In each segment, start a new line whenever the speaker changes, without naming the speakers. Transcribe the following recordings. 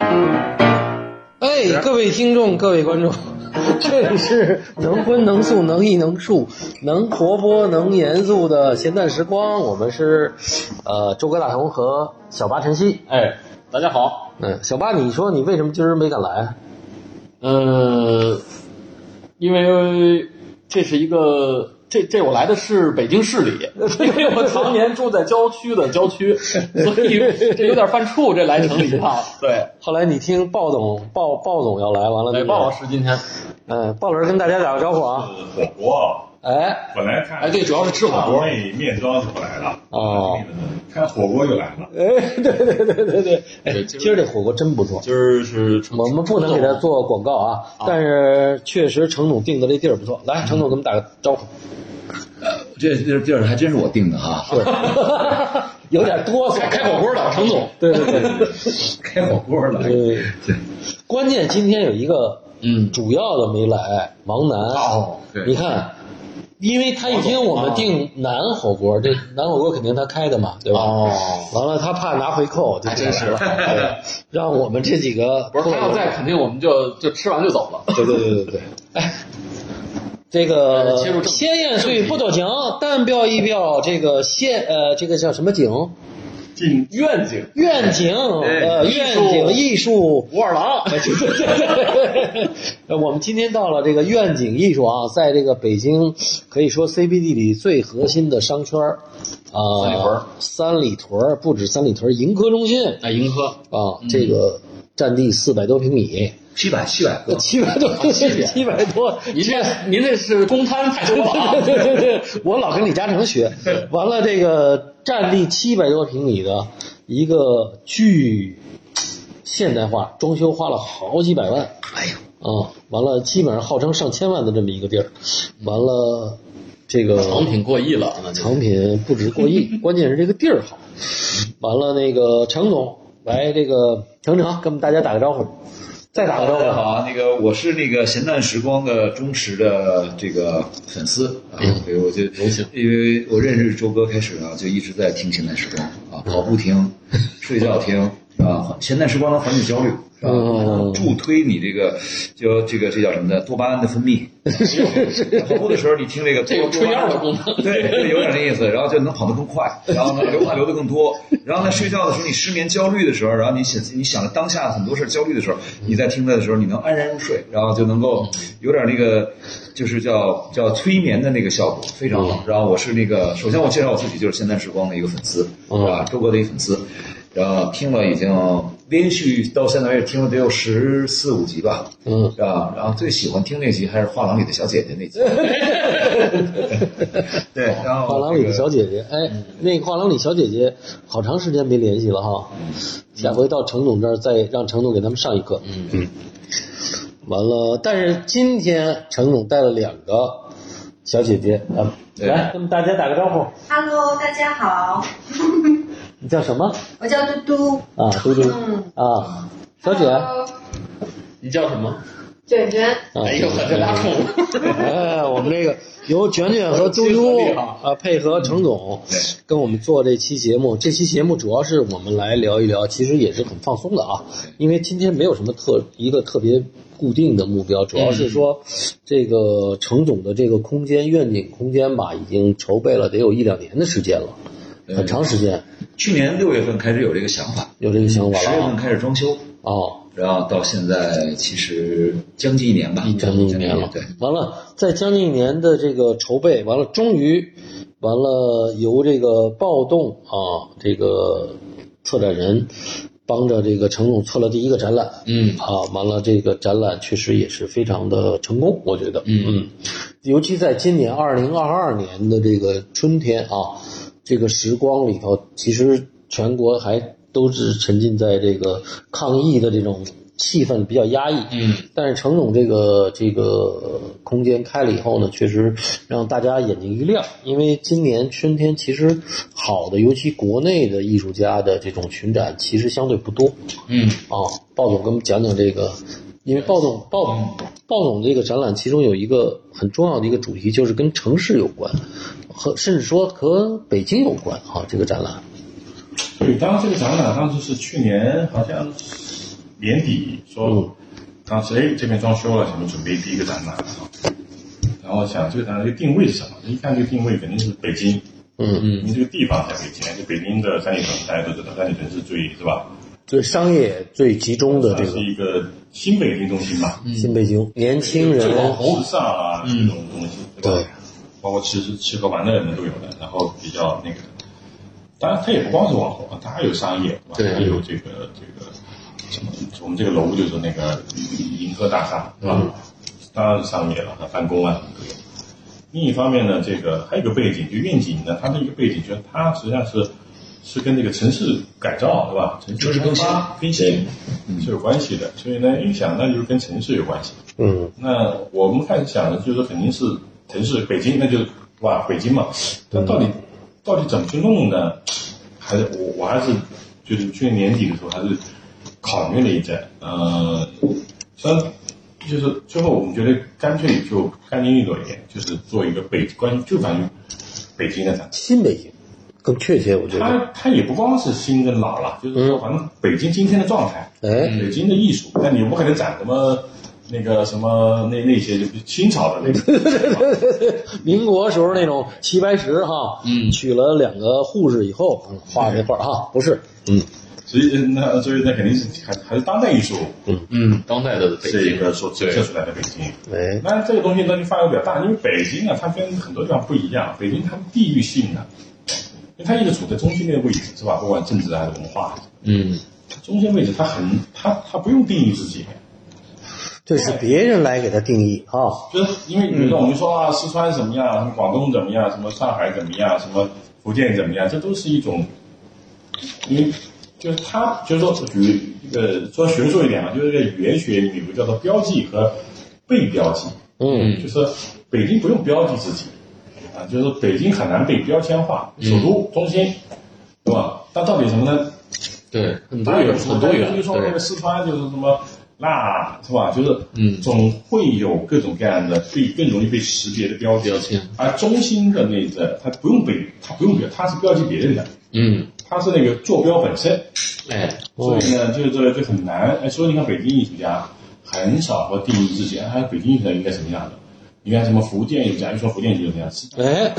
对哎各位听
嗯
众、各位观 众，这里是能荤能素能艺能术 能活泼能严肃的闲淡时光，我们是呃周哥大同和小八晨曦。
哎，大家好，
嗯，小八，你说你为什么今儿没敢来啊？
呃，因为这是一个。这这我来的是北京市 里，因为我常年住在郊区的郊 区，所以这有点犯怵，这来城里一 趟。对，
后来你听鲍总鲍鲍总要来，完了
来
你
哎鲍老师今天，
嗯，鲍老师跟大家打个招呼啊。
火锅，
哎，
本来看
哎，对，主要是吃火
火
锅
锅。那面妆是不来了，
哦，
看火锅又来了。
哎， 对对对对对，哎，
对
今儿这火锅真不错。
今儿是
我们不能给他做广告啊，但是确实程总定的这地儿不错。来，程总给我们打个招呼。
这这地儿还真是我定的哈、
对， 有点哆嗦。
开火锅的程总，
对对对对
开火锅了。
对。关键今天有一个
嗯，
主要的没来，王楠。
哦
对
你看，因为他一听我
啊
们订南火锅，这南火锅肯定他开的嘛，对吧？
哦，
完了，他怕拿回扣，就
还真是
来了对让我们这几个
不是他要在，肯定我们就就吃完就走 了。
对对对对对，哎。这个
呃切入正题
鲜艳岁不多情，但标一标这个县呃，这个叫什么景？
进
愿景，
愿景，呃，
艺
愿
术
景艺术。
武二 郎，
呃我们今天到了这个愿景艺术啊，在这个北京可以说 CBD 里最核心的商圈儿啊，三
三里屯儿
里屯儿不止三里屯儿，盈科中心
哎，迎科，
啊，这个占地四百多平米，
七百七 百个，
七百多，七百多，
您这您这是公摊太多了啊。
对对对对， 我老跟李嘉诚 学。完了，这个占地七百多平米的一个巨现代化，装修花了好几百万。哎呦，啊，完了，基本上号称上千万的这么一个地儿，完了，这个
成品过亿了，啊那就
藏品不止过亿，关键是这个地儿好。完了，那个程总来，这个程程跟我们大家打个招呼，再打个招
大家
呼。
好啊，那个我是那个咸淡时光的忠实的这个粉丝啊，对，我就因为我认识周哥开始啊，就一直在听咸淡时光啊，跑步听，睡觉听啊，咸淡时光能缓解焦虑。啊
嗯，
助推你这个，就这个这叫什么呢？多巴胺的分 泌。跑步的时候，你听这个
这有
多
春
巴
药
胺
的功能。
对，对有点这意思，然后就能跑得更快，然后呢流汗流得更多，然后呢睡觉的时候你失眠焦虑的时候，然后你想你想着当下很多事儿焦虑的时候，你在听它的时候你能安然入睡，然后就能够有点那个就是叫叫催眠的那个效果，非常好。然后我是那个首先我介绍我自己就是现在时光的一个粉丝啊，周哥的一个粉丝，然后听了已经连续到现在为止听了得有十四五集吧。
嗯，
啊，然后最喜欢听那集还是画廊里的小姐姐那 集，哦对，然后
画廊里的
这个
小姐姐，哎，那个画廊里小姐姐，好长时间没联系了哈，下回到程总这儿再让程总给他们上一课。嗯嗯。完了，但是今天程总带了两个小姐姐，啊，
对
来跟大家打个招呼。
Hello，大家好，
你叫什么？
我叫嘟嘟。
啊，嘟嘟
嗯，
啊，小姐。
你叫什 么？
卷卷，
啊
哎呦，这俩 宠物。
哎，我们这个由卷卷和嘟嘟啊配合程总，跟我们做这期节目。这期节目主要是我们来聊一聊，其实也是很放松的啊，因为今天没有什么特一个特别固定的目标，主要是说这个程总的这个空间愿景空间吧，已经筹备了得有一两年的时间了，很长时间
去年六月份开始有这个想法，
有这个想法
十月
了啊
份开始装修，
哦。
然后到现在其实将近一年吧，
将近一年了，
对，
完了，在将近一年的这个筹备，完了，终于，完了，由这个暴动啊，这个策展人帮着这个程总策了第一个展览，
嗯
啊，完了，这个展览确实也是非常的成功，我觉得，
嗯
嗯，尤其在今年二零二二年的这个春天啊，这个时光里头，其实全国还都是沉浸在这个抗疫的这种气氛比较压抑，
嗯，
但是程总这个这个空间开了以后呢，确实让大家眼睛一亮，因为今年春天其实好的，尤其国内的艺术家的这种巡展其实相对不多
嗯，
啊。鲍总给我们讲讲这个，因为鲍总鲍鲍总这个展览其中有一个很重要的一个主题就是跟城市有关，和甚至说和北京有关啊。这个展览，
对，当时这个展览当时是去年好像年底说啊，所以这边装修了，什么准备第一个展览啊，然后想这个展览这个定位是什么？一看这个定位肯定是北京，
嗯，
因为这个地方在北京，就北京的三里屯，大家都知道，三里屯是最是吧？
最商业最集中的嗯
它
这
是
个
一个新北京中心吧，
新北京，年轻人
最网红时尚啊这种东西，吧
对？
包括吃吃喝玩乐的人都有的，然后比较那个，当然它也不光是网红，啊，它还有商业，吧？
对
还有这个这个什么，我们这个楼就是那个银河大厦，是吧？当然是商业了，它办公啊什么都有。另一方面呢，这个还有一个背景，就愿景呢，它的一个背景就是它实际上是是跟这个城市改造，对吧？城
城市更新
开发更新是有关系的，所以呢，一想那就是跟城市有关系。
嗯，
那我们开始想的就是说肯定是城市北京，那就是哇北京嘛。但到底到底怎么去弄呢？还是我我还是就是去年年底的时候还是考虑了一阵，呃，虽然就是最后我们觉得干脆就干净利落一点，就是做一个北关于就关于北京的展。
新北京更确切，我觉得，
它它也不光是新跟老了，就是说反正北京今天的状态，
哎，
北京的艺术，但你不可能展什么那个什么那那些就是清朝的那个，
民国时候那种齐白石哈，嗯，娶了两个护士以后嗯画这画哈，不是，嗯，
所以那所以那肯定是还还是当代艺术
嗯，当代的北
是一
京，
个所折射出来的北京。
哎，
那这个东西呢就范围比较大，因为北京啊，它跟很多地方不一样，北京它地域性啊，因为它一直处在中心那个位置，是吧？不管政治还是文化，
嗯，
它中心位置它很它它不用定义自己，
这是别人来给他定义啊哈，
就是因为比如说我们说啊，四川怎么样，什么广东怎么样，什么上海怎么样，什么福建怎么样，这都是一种，因为就是它就是说语呃说学术一点嘛，就是在语言学里面有个叫做标记和被标记，
嗯，
就是北京不用标记自己啊，就是说北京很难被标签化，首都中心，对吧？但到底什么呢？
对，很多元，很多元，
就说那个
对，
四川就是什么辣是吧？就是
嗯
总会有各种各样的被更容易被识别的标
标
签。
签，
而中心的那个，它不用被，它不用标，它是标记别人的，
嗯，
它是那个坐标本身。
哎，
哦
所以呢，就是这个就很难。哎，所以你看北京艺术家很少说定义自己，哎，北京艺术家应该什么样的？你看什么福建艺术家，一说福建艺术家是
哎，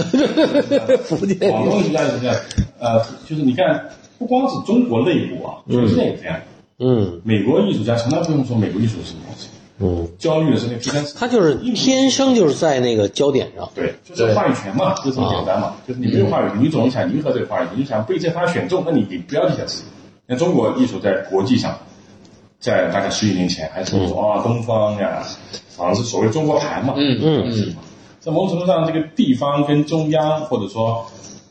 福建
广东艺术家是这样，呃，就是你看，不光是中国内部啊，全世界也这样。
嗯
美国艺术家从来不用说美国艺术是什么东西，
嗯，
焦虑的是那批三四，
他就是天生就是在那个焦点上，
对，就是话语权嘛，就这么简单嘛，就是你没有话语权，你总想迎合这个话语权，你想被这话选中，那你你不要理解自己。那中国艺术在国际上，在大概十几年前还是
嗯
说啊东方呀，好像是所谓中国牌嘛，
嗯
嗯
嗯
在某种程度上，这个地方跟中央，或者说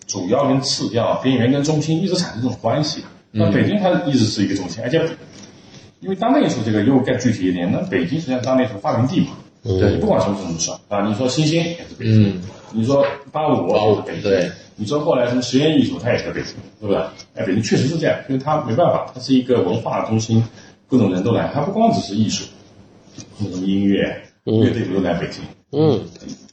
主要跟次要、边缘跟中心，一直产生这种关系。
嗯
那北京它一直是一个中心，而且因为当代艺术这个又更具体一点，那北京实际上当代艺术发源地嘛，对，你不管什么什么算啊，你说新兴也是北京，
嗯，
你说八五
八五
也是北京，
对，
你说后来什么实验艺术，它也在北京，对不对？哎，北京确实是这样，因为它没办法，它是一个文化中心，各种人都来，它不光只是艺术，什么音
嗯
乐、乐队都来北京。
嗯，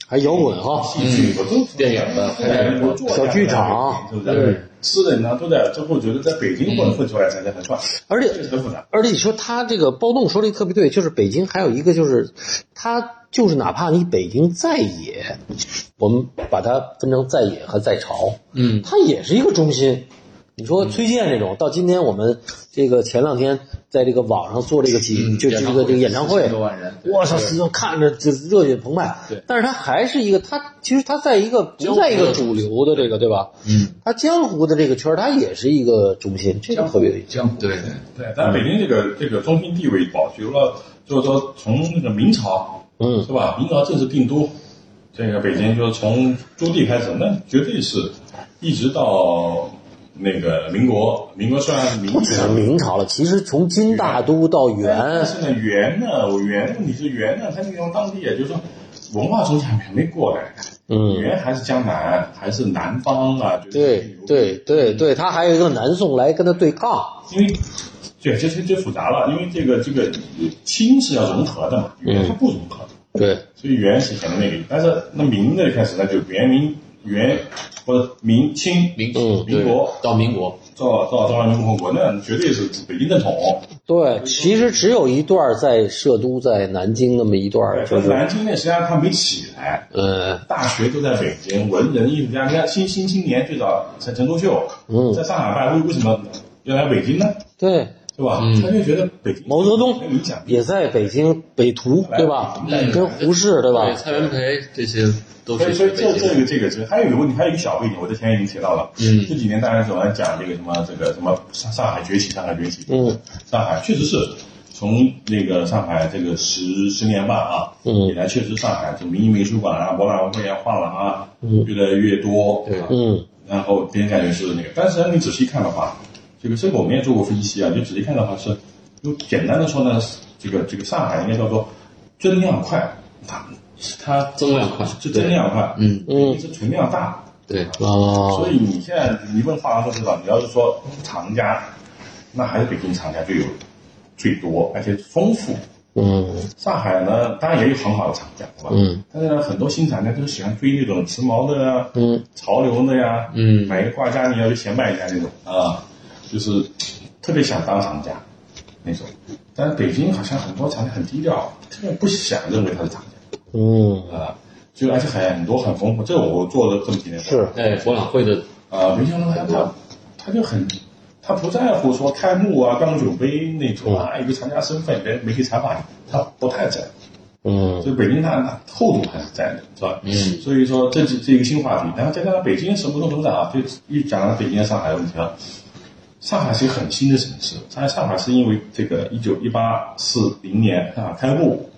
还摇滚哈，
戏剧我都
嗯电影的
都在我做
小剧场
对不对？诗人呢都在最后觉得在北京混混出来才才很帅，
而且
确实复杂。
而且你说他这个包栋说的特别对，就是北京还有一个就是，他就是哪怕你北京在野，我们把它分成在野和在朝，
嗯，
它也是一个中心。你说崔健这种，到今天我们这个前两天在这个网上做这个几，就这个这个嗯演唱会
4000，多万人，对
我操，是就看着就是热血澎湃。
对
但是他还是一个，他其实他在一个不在一个主流的这个，对吧？
嗯，
他江湖的这个圈儿，他也是一个中心，这个特别有意思。
江湖
对，
嗯
对，但北京这个这个中心地位保留了，就是说从那个明朝
嗯
是吧？明朝正式定都，这个北京就是从朱棣开始，那绝对是一直到那个民国，民国虽然是民
不
国。
只是明朝了，其实从金大都到
但
元，
是呢，元呢，我元问题是元呢，它那种当地也就是说文化中心还没过来，
嗯，
元还是江南，还是南方啊？就是
对对对对，他还有一个南宋来跟他对抗，
因为对，这这这复杂了，因为这个这个清是要融合的嘛，
嗯
元它不融合，
对，
所以元是可能那个，但是那明的开始那就元明元或者明清
民
嗯
民国
到民国，
照照照样共和国，那绝对是北京正统。
对，其实只有一段在涉都，在南京那么一段，
对，
就
但是
是
南京那实际上它没起来，
呃，
大学都在北京，文人艺术家，你看新新青年最早陈陈独秀，
嗯
在上海办，为为什么要来北京呢？
对，
对吧？他就觉得北京
嗯毛泽东
没有影响力，
也在北京北图，对吧？跟胡适，对吧？
蔡元培这些都
所以，
是
所以
北
这这
京。
个这个是还有一个问题，还有一个小背景，我之前已经提到了。
嗯
这几年大家总在讲这个什么这个什么上上海崛起，上海崛起。
嗯，
上海确实是从那个上海这个十十年半啊，
嗯
以来确实上海这民营美术馆啊、博览会啊、画廊啊，
嗯
越来越多。
对
啊
嗯
然后别人感觉是那个，但是你仔细看的话，这个这个我们也做过分析啊，就仔细看的话是，就简单的说呢，这个这个上海应该叫做增量快，它它
增量快
是增量快，
嗯，
嗯
是存量大，
对，
哦
所，以你现在你问画廊都知道，你要是说藏家，那还是北京藏家最有最多，而且丰富。
嗯
上海呢，当然也有很好的厂家，是吧？
嗯。
但是呢，很多新厂家都喜欢追那种时髦的啊，
嗯，
潮流的呀，
嗯
买一个挂架你要去显摆一下那种啊，就是特别想当厂家那种。但是北京好像很多厂家很低调，特别不想认为他是厂
嗯
家啊，就而且很多很丰富。这我做了这么几年，
是
哎，博览会的
啊，没想到他他他就很，他不在乎说开幕啊、钢酒杯那种啊，一个厂家身份，别人没可以采访你，他不太在乎。
嗯
所以北京它它厚度还是在的，是吧？嗯，所以说这是这一个新话题，然后再加上北京什么都能长啊，就一讲到北京、上海的问题了。上海是一个很新的城市，上海上海是因为这个一九一八四零年上海开幕，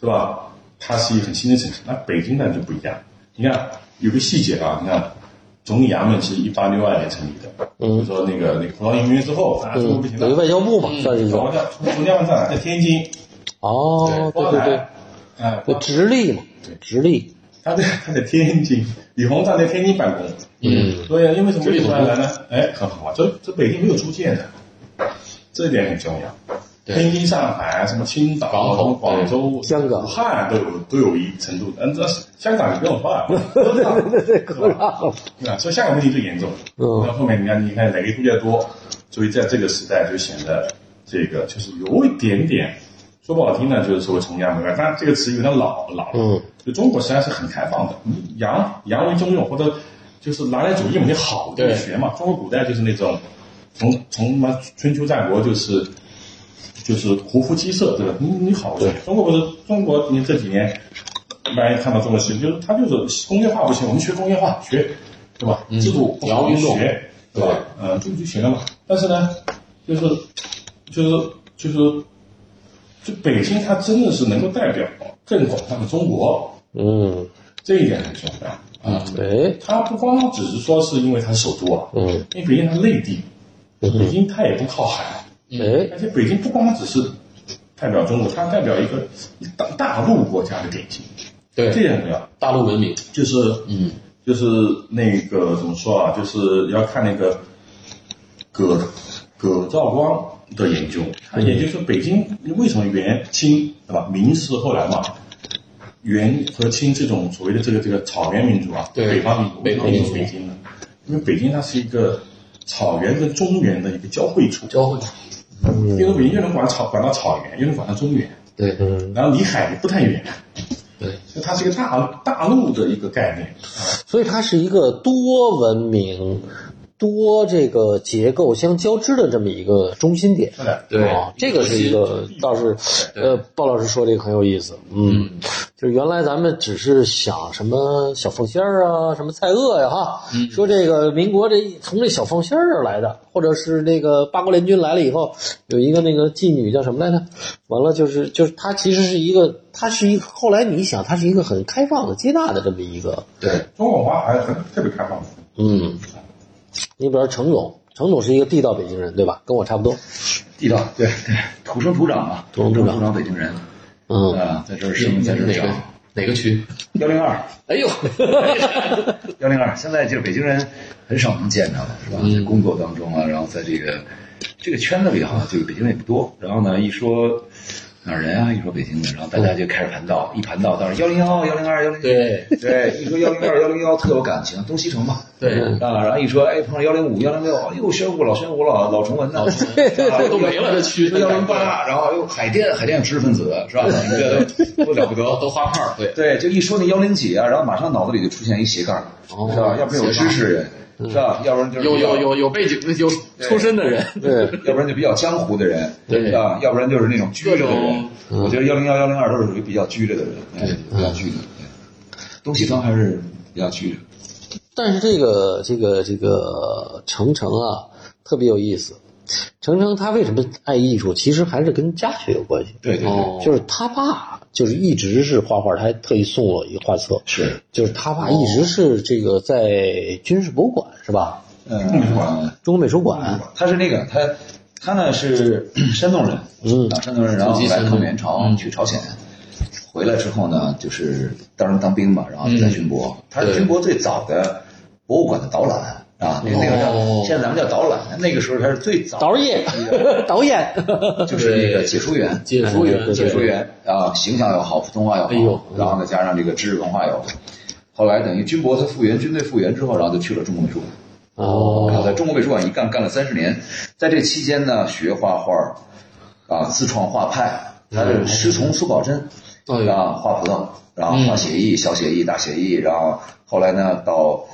是吧？它是一个很新的城市，那北京那就不一样。你看有个细节啊，你看总理衙门是一八六二年成立的，
嗯
就说那个那个葡萄牙移民之后，大家说
嗯
不行，
有一
了，
外交部嘛，算是一
然
种
后。在从从厦门上来，在天津，
哦，嗯对
包
对对
来，，哎，
对直隶嘛，直隶，
他在他在天津，李鸿章在天津办公。
嗯，
对呀、因为什么李鸿章来呢？哎，很好啊，这这北京没有租界的，这一点很重要。
对
天津、上海、啊什么青岛、
港口
什么广州、
对香港
武汉都有都有一程度的。嗯，这香港你不用说 啊，
对对，口罩，
对吧？所以香港问题最严重。
嗯
那后面你看，你看哪个度假多，所以在这个时代就显得这个就是有一点点，说不好听呢，就是所谓崇洋媚外，但这个词有点老老了。
嗯，
就中国实际上是很开放的，你洋洋为中用或者就是拿来主义嘛，你好就
对
学嘛。中国古代就是那种从从什么春秋战国就是就是胡服鸡舍，对吧？你嗯你好就学。中国不是中国，你这几年大家看到中国其实就是它就是工业化不行，我们学工业化学，对吧？制度不好
洋运动
学，对吧？嗯，这个就行了嘛。但是呢，就是就是就是。就北京，它真的是能够代表更广泛的中国，
嗯，
这一点很重要啊。
哎，
它不光只是说是因为它是首都啊，
嗯，
因为北京它内地，北京它也不靠海，
哎，
而且北京不光只是代表中国，它代表一个大大陆国家的典型，
对
这也很重要。
大陆文明，
就是
嗯，
就是那个怎么说啊，就是要看那个葛葛兆光的研究，他研究说北京为什么元清对吧，明是后来嘛。元和清这种所谓的这个这个草原民族啊，
对
北方民族，
北方民
民族
族
北京的，因为北京它是一个草原跟中原的一个交汇处，嗯
交汇，
因为北京又能管草管到草原，又能管到中原，
对，
嗯，
然后离海也不太远，
对，
所以它是一个大大陆的一个概念，
所以它是一个多文明、多这个结构相交织的这么一个中心点。
是的，
对嗯
哦，这个是一个倒是，呃，鲍老师说这个很有意思，嗯，就是原来咱们只是想什么小凤仙儿啊，什么蔡锷呀、哈，
嗯
说这个民国这从这小凤仙儿来的，或者是那个八国联军来了以后，有一个那个妓女叫什么来着？完了就是就是她其实是一个，她是一个后来你想她是一个很开放的接纳的这么一个，
对，
中国文化还很特别开放的。
嗯，你比如说程总，程总是一个地道北京人对吧？跟我差不多，
地道，对对，土生土长嘛，
土生土
土
长
生土长北京人，
嗯，
啊，在这儿生在这儿
哪
长
个，哪个区？
幺零二。
哎呦，
幺零二，现在就是北京人很少能见着了，是吧？
嗯
在工作当中啊，然后在这个这个圈子里哈，这个北京人也不多。然后呢，一说哪儿人啊？一说北京的，然后大家就开始盘道，一盘道到幺零幺、幺零二、幺零
嗯对
对，一说幺零 二、幺零幺特有感情，东西城嘛。
对
啊，然后一说哎碰上幺零五、幺零六，哎呦玄武老玄武老老崇文呐，啊
都没了这区
幺零八，然后哎呦海淀海淀有知识分子 是吧？你们这都都了不得，
都画块儿，对，
对，就一说那幺零几啊，然后马上脑子里就出现一斜杠，
哦
是吧？要不然有知识人，是吧？要不然就是
有
比较
有，有有背景有出身的人，
对，
要不然就比较江湖的人，
对
是吧？要不然就是那种拘着的人。
嗯
我觉得幺零幺幺零二都是属于比较拘着的人，哎比较拘着。对东西方还是比较拘着。
但是这个这个这个程程啊，特别有意思。程程他为什么爱艺术？其实还是跟家学有关系。
对对对，
就是他爸就是一直是画画，他还特意送我一个画册。
是，
就是他爸一直是这个在军事博物馆是吧？
嗯，
中国美术馆。
他是那个他。他呢是 山东人，
嗯
啊，山东人，然后
祖
后
籍
来
山东
抗美援朝
嗯
去朝鲜，回来之后呢，就是当时当兵嘛，然后就
嗯
在军博，他是军博最早的博物馆的导览啊，那个那个
哦
叫现在咱们叫导览，那个时候他是最早的
导演， 导演，
就是那个解说员，
解说员
对对对
解说员啊，形象又好，普通话又好，
哎呦
然后再加上这个知识文化又好，后来等于军博他复员，军队复员之后，然后就去了中国美术馆。然后
哦，
在中国美术馆一干干了三十年，在这期间呢，学画画，啊，自创画派，他是师从苏宝珍，
哎呦
啊，画葡萄，然后画写意、小写意、大写意，然后后来呢，到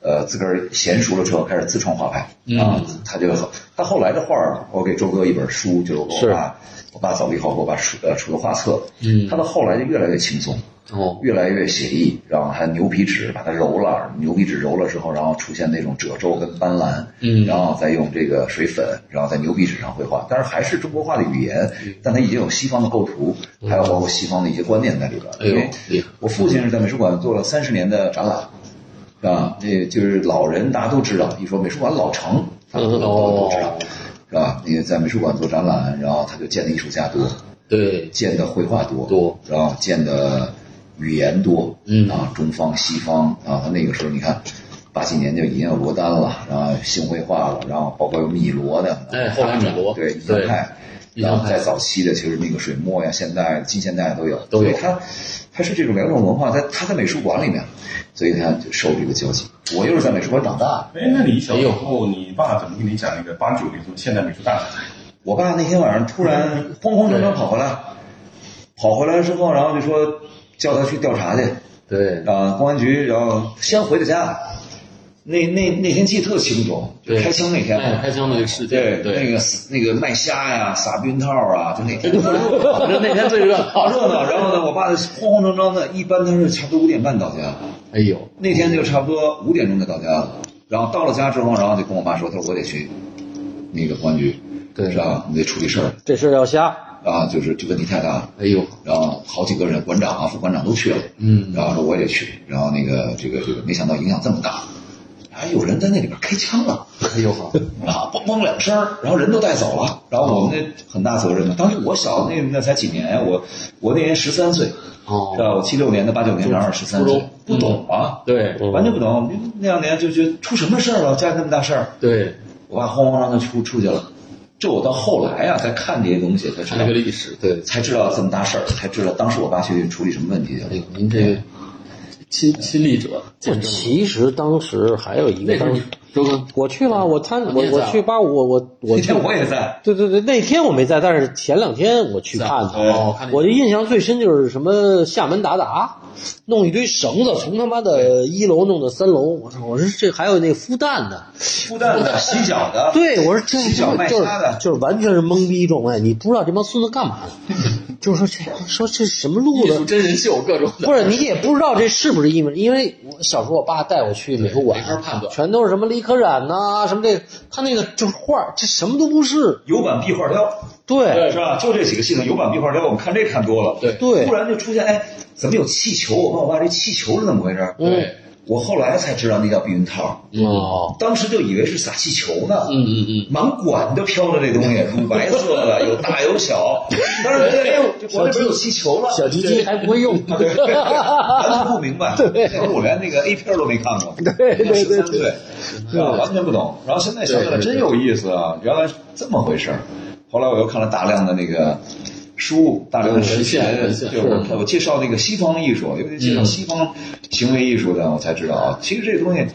呃自个儿娴熟了之后，开始自创画派，啊，他就他后来的画儿，我给周哥一本书，就是我爸，我爸走了以后，我爸出呃出了画册，嗯，他到后来就越来越轻松，
哦，
越来越写意，然后还牛皮纸把它揉了，牛皮纸揉了之后，然后出现那种褶皱跟斑斓，嗯，然后再用这个水粉，然后在牛皮纸上绘画，但是还是中国画的语言，但它已经有西方的构图，还有包括西方的一些观念在里边。
哎呦
因为
厉害
我父亲是在美术馆做了三十年的展览，啊，那就是老人大家都知道，一说美术馆老成，大家都都知道，是吧？啊那个在美术馆做展览，然后他就见的艺术家多，
对，
见的绘画多
多，
然后见的语言多，
嗯
啊，中方西方啊，他那个时候你看，八几年就已经有罗丹了，然后新绘画了，然后包括有米罗的，
哎后来米罗
对
对
印象派，
印象
然
派
后在早期的其实那个水墨呀、现代、近现代都有，
都有
所以他他是这种两种文化，在他在美术馆里面，所以他就受这个交集。我又是在美术馆长大的，
哎，那你小时候，你爸怎么跟你讲那个八九年什么现代美术大赛？
我爸那天晚上
嗯
突然慌慌张张跑回来，跑回来之后，然后就说叫他去调查去，
对，
啊，公安局，然后先回的家。那那那天记得特清楚，就
对
开枪那天嘛，
哎开枪那个事件，对，
那个那个卖虾呀、撒避孕套啊，就那天
反正那天最热
好
闹，
热闹。然后呢，我爸就慌慌张张的，一般他是差不多五点半到家，
哎呦，
那天就差不多五点钟就到家了。然后到了家之后，然后就跟我妈说，他说我得去那个公安局，
对
是吧？你得处理事儿
这事儿要瞎，
啊，就是这问题太大了。
哎呦，
然后好几个人，馆长啊、副馆长都去了，
嗯
然后说我也去，然后那个这个这个，没想到影响这么大，还有人在那里边开枪了，
哎呦好，
啊，嘣嘣两声儿，然后人都带走了，然后我们那很大责任嘛，当时我小那那才几年呀，我我那年十三岁，
哦
是吧？我七六年的八九年，然后十三
初
岁
中，
不懂啊，
对
完全不懂，那两年就觉得出什么事儿了，家里那么大事儿，
对，
我爸慌慌张张出出去了，这我到后来啊，再看这些东西才知
看
道
这个。历史，对，
才知道这么大事儿，才知道当时我爸去处理什么问题去
哎呦
了。，
您这亲亲历者见证了，
其实当时还有一
那
个
时候
当
你周哥
我去了，我参
你
我啊
也在
我去八五，我我我 去
那天我也在，
对对对，那天我没在，但是前两天我去看的。
哦，看那
我的印象最深就是什么厦门达达，弄一堆绳子从他妈的一楼弄到三楼，我操！我说这还有那孵蛋的，
孵蛋的、洗脚的，
对我说这
洗脚卖
就是
虾的
就是完全是懵逼状态，你不知道这帮孙子干嘛的，就是说这说这什么路
艺
子
术，真人秀各种的，
不是你也不知道这是不是艺术，因为我小时候我爸带我去美术馆，
没法判断
全都是什么李可染呐、什么这个，他那个就是画儿，这什么都不是，
油版壁画雕，
对
是吧？就这几个系统，油版壁画雕，我们看这看多了。
对
对
突然就出现，哎，怎么有气球？我问我爸这气球是怎么回事？
对，
我后来才知道那叫避孕套，
哦，
当时就以为是撒气球呢。
嗯嗯嗯，
满馆都飘着这东西，乳白色的，有大有小。当时觉得，哎呦，这国内不是有气球了？
小鸡鸡还不会 用，
完全不明白，那会儿我连那个 A 片儿都没看过，
对对对
十三岁，是吧？完全不懂。然后现在想起来真有意思啊，原来是这么回事儿。后来我又看了大量的那个书，大量的
嗯
实
文
践
献。
对
文
我
献
我介绍那个西方艺术，尤其介绍西方行为艺术的，我才知道啊，其实这个东西。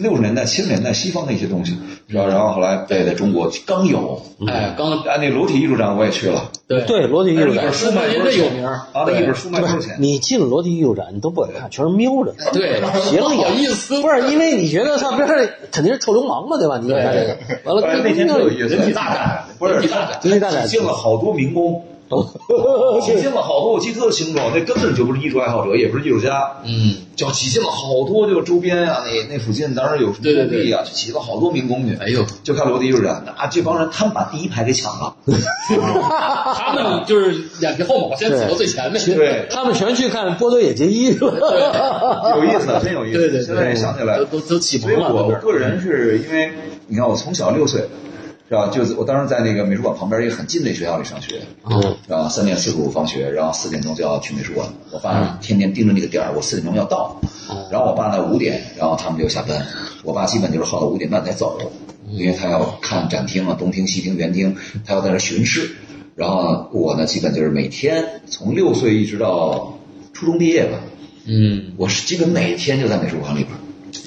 六十年代、七十年代西方的一些东西，然后然后后来对在中国刚有，
哎，刚
啊，那裸体艺术展我也去了，
对
对，裸体艺术
那本
展，
书卖
人
多少
家
钱
有名儿
啊，那一本书卖多少钱？
你进裸体艺术展，你都不敢看，全是瞄着。
对，
斜着
不
眼
好意思，
不是因为你觉得上边儿肯定是臭流氓嘛，对吧？你看这个，完了
哎那天特有意思，
人
人
体
体
大
大展，不是
人体大展人体大展
挤进了好多 民工，挤进了好多，我记得特清楚，那根本就不是艺术爱好者，也不是艺术家，
嗯，
就挤进了好多，就周边啊，那那附近当时有什么
对对
工地啊，就挤了好多民工去，
哎呦，
就看罗迪艺术展，啊，这帮人他们把第一排给抢 了，
他们就是眼皮后毛，先走到最前面，
对，
他们全去看波多野结衣是吧？
有意思，真有意思，
对对对
现在也想起来
都都都启
所以
蒙了，
我
在这儿
个人是因为，你看我从小六岁，是吧？就是我当时在那个美术馆旁边一个很近的学校里上学，
嗯，
然呃后三点四十五放学，然后四点钟就要去美术馆。我爸天天盯着那个点儿，我四点钟要到。然后我爸呢五点，然后他们就下班。我爸基本就是耗到五点半才走，因为他要看展厅啊，东厅、西厅、园厅，他要在那巡视。然后我呢，基本就是每天从六岁一直到初中毕业吧，
嗯，
我是基本每天就在美术馆里边儿。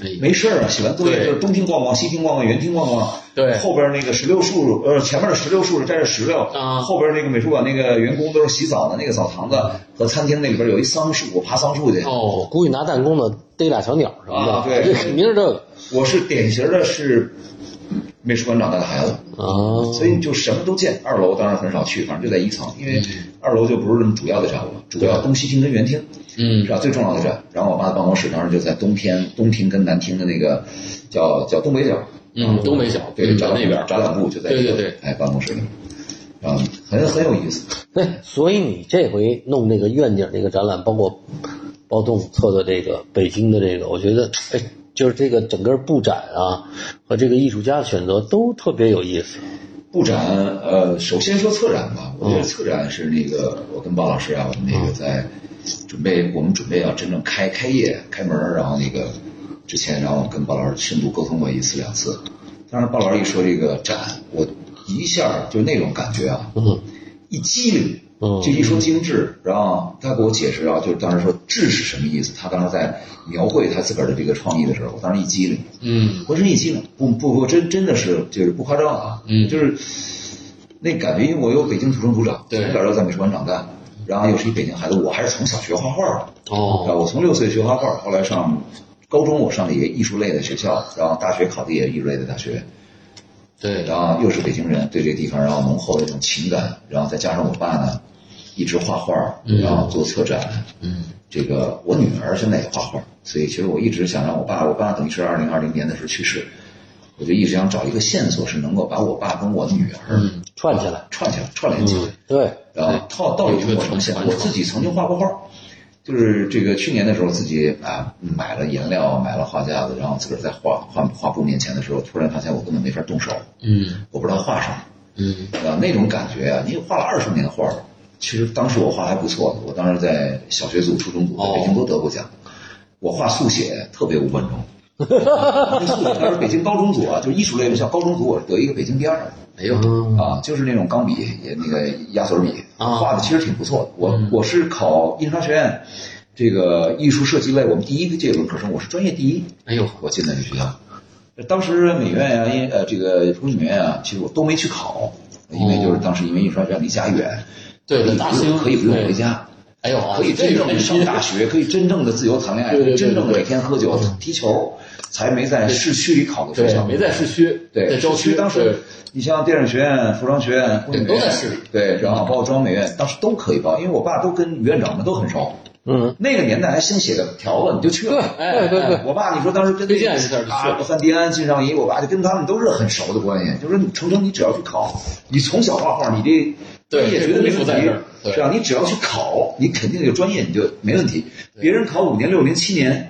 哎
没事儿啊，写完作业
对
就是东厅逛逛，西厅逛逛，园厅逛逛。
对
后边那个石榴树，呃，前面的石榴树摘着石榴，
啊
后边那个美术馆那个员工都是洗澡的那个澡堂子和餐厅那里边有一桑树，我爬桑树去。
我
哦，
估计拿弹弓的逮俩小鸟什么的，
啊对
这 肯定是这个
我是典型的是美术馆长大的孩子，
啊。
所以就什么都见。二楼当然很少去，反正就在一层，因为二楼就不是那么主要的展了，主要东西厅跟园厅。
嗯
是吧？最重要的站。然后我爸的办公室当时就在东天东厅跟南厅的那个叫叫东北角，
嗯，东北角
对，
嗯
展
在那
览
边儿
部展览部就在
对
这个
对对，
哎，办公室里，然后很很有意思。
对，哎所以你这回弄这个愿景这个展览，包括包栋策的这个北京的这个，我觉得哎，就是这个整个布展啊和这个艺术家的选择都特别有意思。
布展，呃，首先说策展
嗯
吧，我觉得策展是那个，我跟鲍老师啊，我们那个在准备，我们准备要真正开开业开门儿，然后那个之前，然后跟鲍老师深度沟通过一次两次。当然，鲍老师一说这个展，我一下儿就那种感觉啊，
嗯，
一激灵，
嗯
就一说精致，然后他给我解释啊，就是当时说致是什么意思，他当时在描绘他自个儿的这个创意的时候，我当时一激灵，
嗯
浑身一激灵，不不不，真真的是就是不夸张啊，
嗯
就是那感觉，因为我有北京土生土长，
对
从小就在美术馆长大，然后又是一北京孩子，我还是从小学画画的，
哦
啊，我从六岁学画画，后来上高中我上了一个艺术类的学校，然后大学考的也是艺术类的大学，
对，
然后又是北京人，对这个地方，然后浓厚的这种情感，然后再加上我爸呢，一直画画，然后做策展，
嗯，
这个我女儿现在也画画，所以其实我一直想让我爸，我爸等于是二零二零年的时候去世，我就一直想找一个线索，是能够把我爸跟我女儿
嗯
串起来，嗯
串起来，串联起来。
对，
然后套到底是啊我什么线？我自己曾经画过画，就是这个去年的时候自己啊买了颜料，买了画架子，然后自个儿在画画画布面前的时候，突然发现我根本没法动手，
嗯
我不知道画啥。
嗯
啊，那种感觉啊，你画了二十年画儿，其实当时我画还不错的，我当时在小学组、初中组，在北京都得过奖。
哦
我画速写特别五分 钟，那速写当时北京高中组啊，就是艺术类的，像高中组我是得一个北京第二的。
哎呦，
嗯
啊，就是那种钢笔，也那个压缩笔，
啊嗯
画的其实挺不错的。我我是考印刷学院这个艺术设计类，我们第一个届轮考生，我是专业第一，
哎呦，
我进的这学校。当时美院呀、音呃这个中戏美院啊，其实我都没去考，因为就是当时因为印刷学院离家远，
哦对
可以
大
不用
兴
可以不用
对
回家。
哎呦啊，
可以真
这
正
个
的上大学，可以真正的自由谈恋爱，
对对对
真正的
对
每天喝酒、踢球，才没在市区里考的学
对
校，，
没在市区，
对，
在郊
市区
区，
当时你像电影学院、服装学院、工艺
对
美
嗯都在
院
市里
对，然后包括中央美院，当时都可以报，因为我爸都跟院长们都很熟。
嗯，
那个年代还兴写个条子，你就去了。
对哎对对对
我爸你说当时跟
推荐一下就去
啊，范迪安、金尚仪，我爸就跟他们都是很熟的关系。就是你程程，你只要去考，你从小画画，你这
对
你也觉得没问
这功夫在这儿
题，
对
是啊吧？你只要去考，你肯定有专业，你就没问题。别人考五年、六年、七年，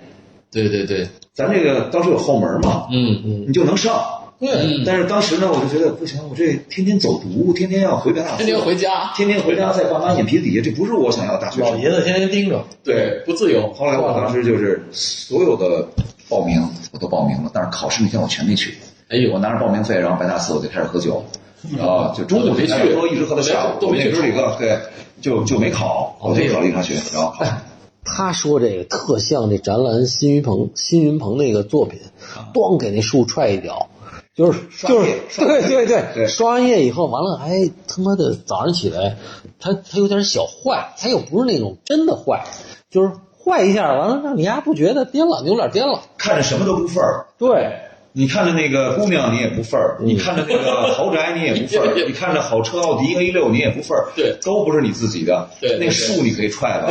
对对对，
咱这个当时有后门嘛，
嗯嗯，
你就能上。
嗯
但是当时呢，我就觉得不行，我这天天走读，天天要回北大，
天天回，家，
天天回家在爸妈眼皮子底下，这不是我想要的大学
老
生。
爷子天天盯着，
对，
不自由，
后来我当时就是所有的报名我都报名了，但是考试那天我全没去。
哎呦
我拿着报名费，然后白大四我就开始喝酒，
嗯
啊，就
中午没去
哎喝一直喝到下午，
都没
那
去
哥儿几个对，就就没考，我就考了一场学，然后考上
他说这个特像这展览辛云鹏辛云鹏那个作品，
啊
咣给那树踹一脚，就是
刷
就是
夜刷
对
夜
对对
对
刷完夜以后完了还他妈的早上起来，他他有点小坏，他又不是那种真的坏，就是坏一下完了让你丫不觉得颠了，扭脸颠了，
看着什么都不份儿。
对，
你看着那个姑娘，你也不份儿；你看着那个豪宅，你也不份儿；你看着好车奥迪 A 六，你也不份儿。
对
都不是你自己的。
对对对
那树你可以踹吧，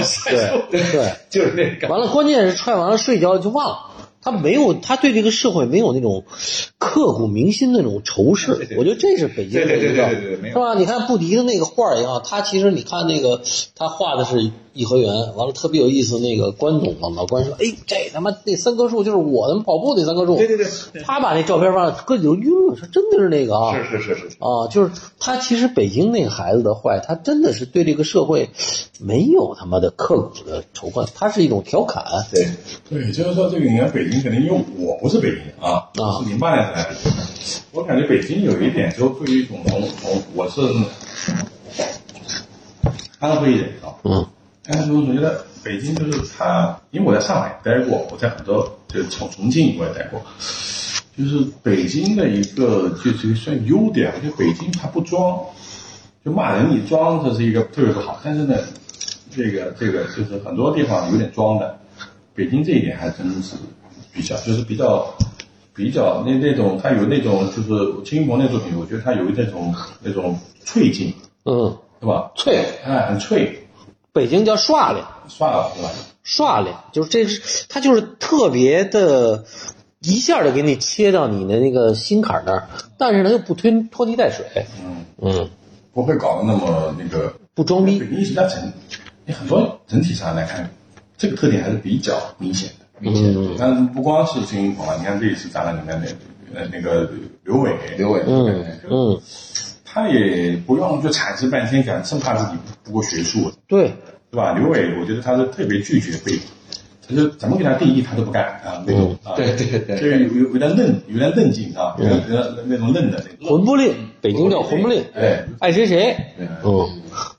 对对。
就是那个。
完了，关键是踹完了睡觉就忘了。他没有，他对这个社会没有那种刻骨铭心的那种仇视，
对对
我觉得这是北京的
对
一
对对
个，
对对对没有
是吧？你看布迪的那个画儿一样，他其实你看那个他画的是颐和园，完了特别有意思。那个关总嘛，老关说：“哎，这他妈那三棵树就是我他妈跑步那三棵树。”
对对对，
他把那照片放了，哥你都晕了，说真的是那个啊，
是是是是。
啊，就是他其实北京那个孩子的坏，他真的是对这个社会没有他妈的刻骨的仇恨，他是一种调侃。
对，
对，就是说这个，你看北京，肯定因为我不是北京人啊，
啊
我是零八年才来的。我感觉北京有一点，就会有一种从从我是安徽人啊，
嗯，
但是我觉得北京就是它，因为我在上海待过，我在很多就是重重庆我也待过，就是北京的一个就是算优点，就北京它不装，就骂人你装这是一个特别不好，但是呢，这个这个就是很多地方有点装的，北京这一点还真是比较就是比较。比较那那种，它有那种就是金鹏那作品，我觉得它有那种那种脆劲，
嗯，
对吧？
脆，
哎，很脆，
北京叫刷脸，
算了，对吧？
刷脸就是这是他就是特别的，一下就给你切到你的那个心坎儿那儿，但是呢又不推拖泥带水，
嗯，
嗯，
不会搞得那么那个
不装
北
逼，
京艺术家整，你很多整体上来看，这个特点还是比较明显的。
嗯
但不光是金英鹏啊，你看这一次展览里面那呃那个刘伟，
刘伟，
嗯嗯，
他也不用就阐释半天，感生怕自己不够学术，
对，
对吧？刘伟，我觉得他是特别拒绝被，他就怎么给他定义他都不干啊那种啊，
嗯对对对嗯
就有有有点愣，有点愣劲啊，有点有点那种愣的那种。
魂不吝，嗯北京叫魂不吝，
哎，
爱谁谁。嗯，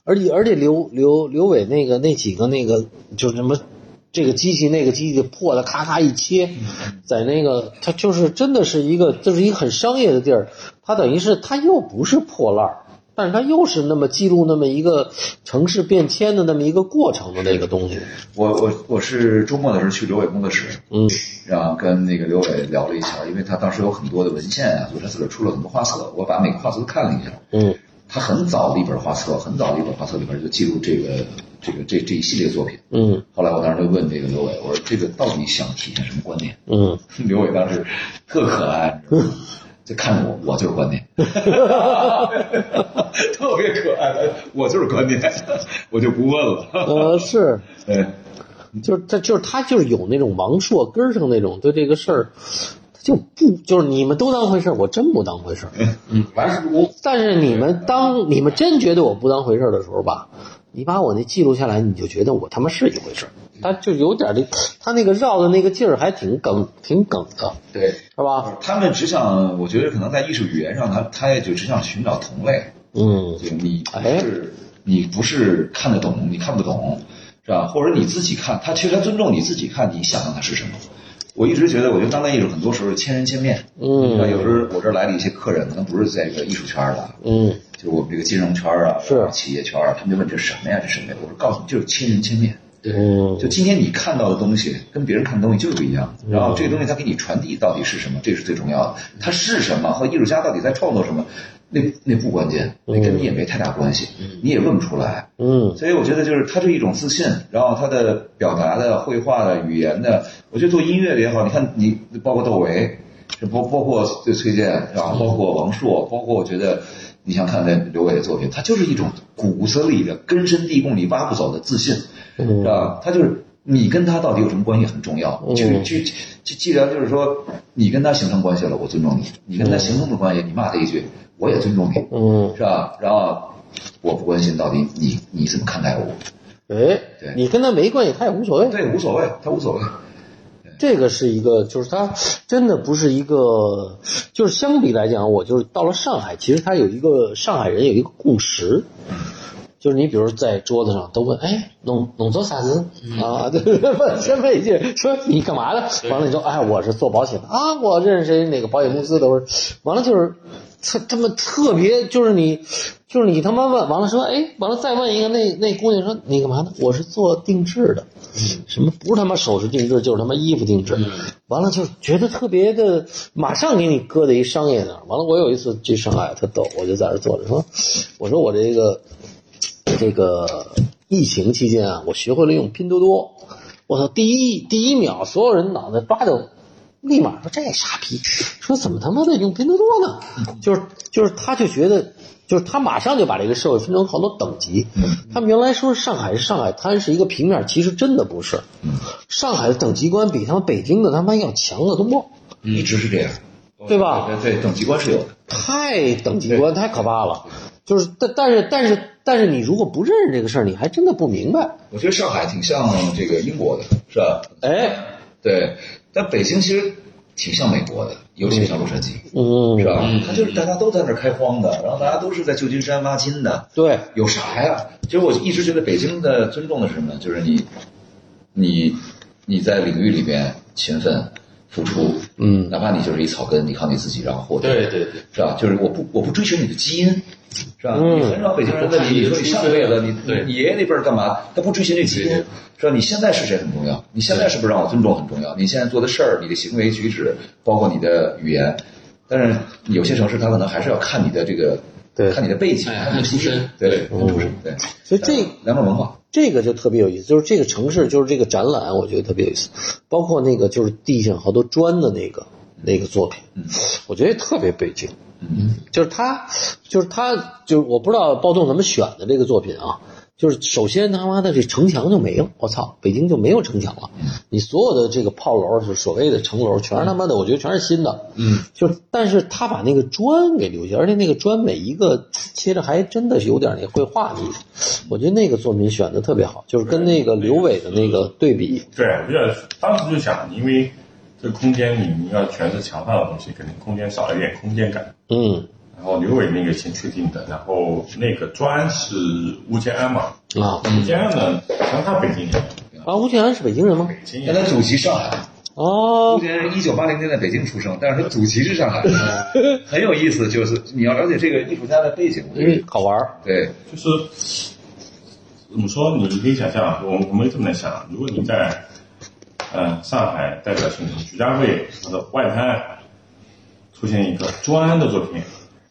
而且而且刘刘刘伟那个那几个那个就是什么。这个机器那个机器破的咔咔一切，在那个它就是真的是一个就是一个很商业的地儿，它等于是它又不是破烂儿，但是它又是那么记录那么一个城市变迁的那么一个过程的那个东西，
我我我是周末的时候去刘伟工作室，
嗯
然后跟那个刘伟聊了一下，因为他当时有很多的文献啊，或者他自个儿出了很多画册，我把每个画册都看了一下。
嗯
他很早的一本画册，很早的一本画册里边就记录这个这个这这一系列作品。
嗯
后来我当时就问这个刘伟，我说这个到底想体现什么观点？
嗯，
刘伟当时特可爱， 你知道吗就看着我，我就是观点，特别可爱，我就是观点，我就不问 了。
呃是，
对，
就是他就是他就是有那种王朔根儿上那种对这个事儿，他就不就是你们都当回事儿，我真不当回事儿。
完事不公，
但是你们当你们真觉得我不当回事儿的时候吧，你把我那记录下来，你就觉得我他妈是一回事儿。他就有点这，他那个绕的那个劲儿还挺梗，挺梗的，
对
是吧？
他们只想，我觉得可能在艺术语言上，他他也就只想寻找同类。
嗯
就是你不
哎
是你不是看得懂，你看不懂，是吧？或者你自己看，他其实他尊重你自己看，你想让它是什么。我一直觉得，我觉得当代艺术很多时候千人千面。
嗯
那有时候我这儿来了一些客人，可能不是在这个艺术圈的，
嗯
就是我们这个金融圈啊，
是
企业圈啊，他们就问这是什么呀？这是什么呀？我说告诉你，就是千人千面。
嗯
就今天你看到的东西跟别人看的东西就是不一样，然后这个东西它给你传递到底是什么，这是最重要的。它是什么和艺术家到底在创作什么，那那不关键，那跟你也没太大关系，你也问不出来。
嗯
所以我觉得就是它是一种自信，然后它的表达的、绘画的、语言的，我觉得做音乐的也好，你看你包括窦唯，这包包括崔崔健，然后包括王朔，包括我觉得你想看那刘伟的作品，它就是一种骨子里的根深蒂固，你挖不走的嗯自信，是吧？他就是。你跟他到底有什么关系很重要，就就就既然就是说你跟他形成关系了，我尊重你；你跟他形成不关系，你骂他一句，我也尊重你。
嗯，
是吧？然后我不关心到底你你怎么看待我，
哎，你跟他没关系，他也无所谓。
对，无所谓，他无所谓。对
这个是一个，就是它真的不是一个，就是相比来讲，我就是到了上海，其实它有一个上海人有一个共识，就是你比如在桌子上都问，哎，弄弄做啥子啊？ 对对对，问先问一句，说你干嘛的？完了你说，哎，我是做保险的啊，我认识谁哪个保险公司都是，完了就是特他妈特别，就是你就是你他妈问完了说，哎，完了再问一个，那那姑娘说你干嘛的？我是做定制的，什么不是他妈首饰定制，就是他妈衣服定制。完了就觉得特别的，马上给你搁在一商业那儿。完了，我有一次去上海特逗，我就在那儿坐着说，我说我这个这个疫情期间啊，我学会了用拼多多。我操，第一第一秒，所有人脑袋叭就立马说这傻逼，说怎么他妈的用拼多多呢？就是就是，他就觉得。就是他马上就把这个社会分成好多等级，他们原来说上海是上海滩是一个平面，其实真的不是，上海的等级观比他们北京的他妈要强得多，
一直是这样，啊
对吧？
哦对，对等级观是有的。
太等级观太可怕了，就是但但是但是但是你如果不认识这个事儿，你还真的不明白。
我觉得上海挺像这个英国的，是吧？
哎，
对，但北京其实挺像美国的，尤其是像洛杉矶，是
嗯，
吧？它就是大家都在那儿开荒的，然后大家都是在旧金山挖金的，
对，
有啥呀？其实我一直觉得北京的尊重的是什么？就是你，你，你在领域里边勤奋付出，
嗯
哪怕你就是一草根，你靠你自己然后获得，
对对对，
是吧？就是我不我不追求你的基因，是吧？
嗯
你很少北京人问你，你说你上辈子你
对
你爷爷那辈儿干嘛？他不追寻这基因，是吧？你现在是谁很重要，你现在是不是让我尊重很重要？你现在做的事儿、你的行为举止，包括你的语言，但是有些城市他可能还是要看你的这个，
对
看你的背景，
哎
看你的出
看
身
出，
对，看出身，对，
所以这
两种文化，
这个就特别有意思，就是这个城市，就是这个展览，我觉得特别有意思，包括那个就是地上好多砖的那个那个作品，我觉得特别北京，
嗯，
就是他，就是他，就是我不知道暴动怎么选的这个作品啊。就是首先他妈的这城墙就没了，我操，北京就没有城墙了。你所有的这个炮楼，就是所谓的城楼，全是他妈的，我觉得全是新的。嗯，就是但是他把那个砖给留下，而且那个砖每一个切着还真的有点那绘画艺术。我觉得那个作品选的特别好，就是跟那个刘伟的那个对比。
对，我觉得当时就想，因为这空间里你要全是墙上的东西，肯定空间少一点空间感。
嗯
然后刘伟那个先确定的，然后那个砖是吴建安嘛，
啊
吴建安呢，好像他北京人，
啊，吴建安是北京人吗？
北京
但
人，
他祖籍上海，
哦
苏先生一九八零年在北京出生，但是他祖籍是 上海，很有意思，就是你要了解这个艺术家的背景，我觉得
嗯，好玩儿。
对。
就是怎么说，你可以想象，我我们这么来想，如果你在呃上海代表性的徐家汇或者外滩出现一个砖的作品，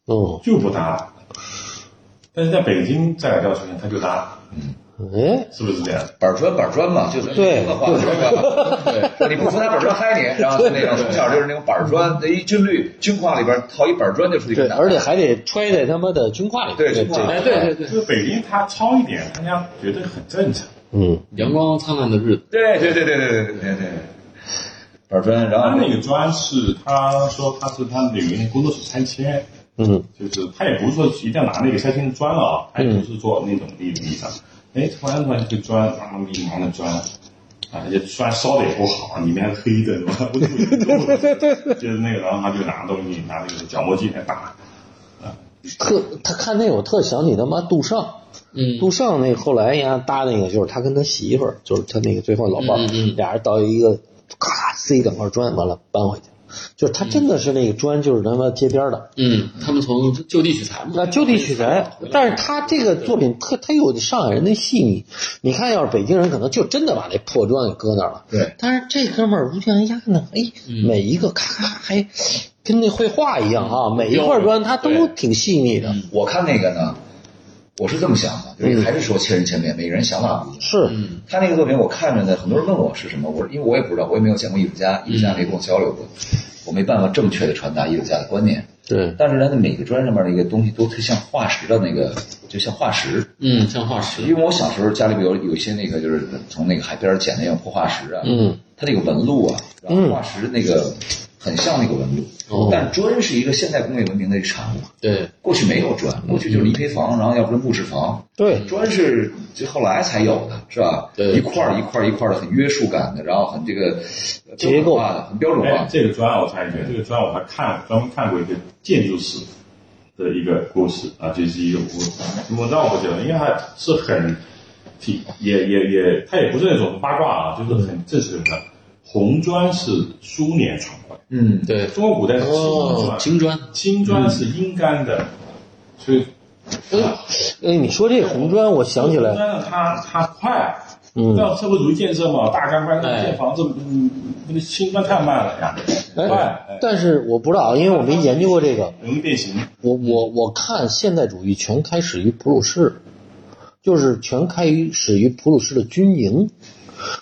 嗯，
就不搭。但是在北京再改造出现，它就搭，
哎，
是不是这样？
板砖板砖嘛，就是
对
文化是吧？对，你不服他板砖嗨你，然后就那种从小就是那种板砖，那一军绿军框里边套一板砖就出去
对，
打，
而且还得揣在他妈的军挎里。
对
这
军挎
这
哎对对对，
就是北京它糙一点，大家觉得很正常。
嗯，
阳光灿烂的日子，
对对对对对对对对对，板砖，然
他
后
那个砖是他说他是他里面工作室拆迁，
嗯，
就是他也不是说一定要拿那个拆迁的砖啊，他也不是做那种立立上，哎，突然突然这个砖，啊那么一拿的砖，啊，这砖烧的也不好，里面还黑的，我不对对对，就是那个，然后他就拿东西拿那个角磨机来打，
特他看那个我特想起他妈杜尚，
嗯
杜尚那后来呀搭那个就是他跟他媳妇儿，就是他那个最后老伴儿、
嗯嗯嗯
俩人到一个咔塞两块砖，完了搬回去，就是他真的是那个砖就是他妈街边儿的，
嗯，他们从就地取材嘛，
那就地取材。但是他这个作品特，他有上海人的细腻。你看，要是北京人，可能就真的把那破砖给搁那儿了。
对。
但是这哥们儿吴建安压呢，哎，每一个咔咔还跟那绘画一样啊，每一块砖他都挺细腻的。
我看那个呢，我是这么想的，
嗯
就是还是说千人千面，每个人想法不一样。
是，
他那个作品我看着呢，很多人问我是什么，我说因为我也不知道，我也没有见过艺术家，艺术家没跟我交流过，我没办法正确的传达艺术家的观念。
对，
但是它的每个砖上面那个东西都特像化石的那个，就像化石。
嗯，像化
因
石，
为我小时候家里边有有一些那个，就是从那个海边捡的那种破化石啊，
嗯，
它那个纹路啊，然后化石那个很像那个纹路，
哦
但砖是一个现代工业文明的产物，
对
过去没有砖，过去就是泥坯房，然后要不是木质房，
对
砖是就后来才有的，是吧？
对
一块儿一块儿一块儿的，很约束感的，然后很这个呃
结构
标准化的，很标准
哎
化，。
这个砖我插一句，这个砖我还看专门看过一个建筑师的一个故事啊，这是一个我我让我觉得，因为他是很挺也也也，他也不是那种八卦啊，就是很正式的。红砖是苏联传过来，
嗯，
对，
中国古代是青
哦嗯
砖，，
青砖。
青砖是阴干的，所以
哎，你说这红砖，我想起
红
来，
砖呢，它它快，啊
嗯
到社会主义建设嘛，大干快
哎
建房子，嗯，那个青砖太慢了呀，快，
哎，但是我不知道，因为我没研究过这个。
容易变形。
我我我看现代主义全开始于普鲁士，就是全开始于普鲁士的军营，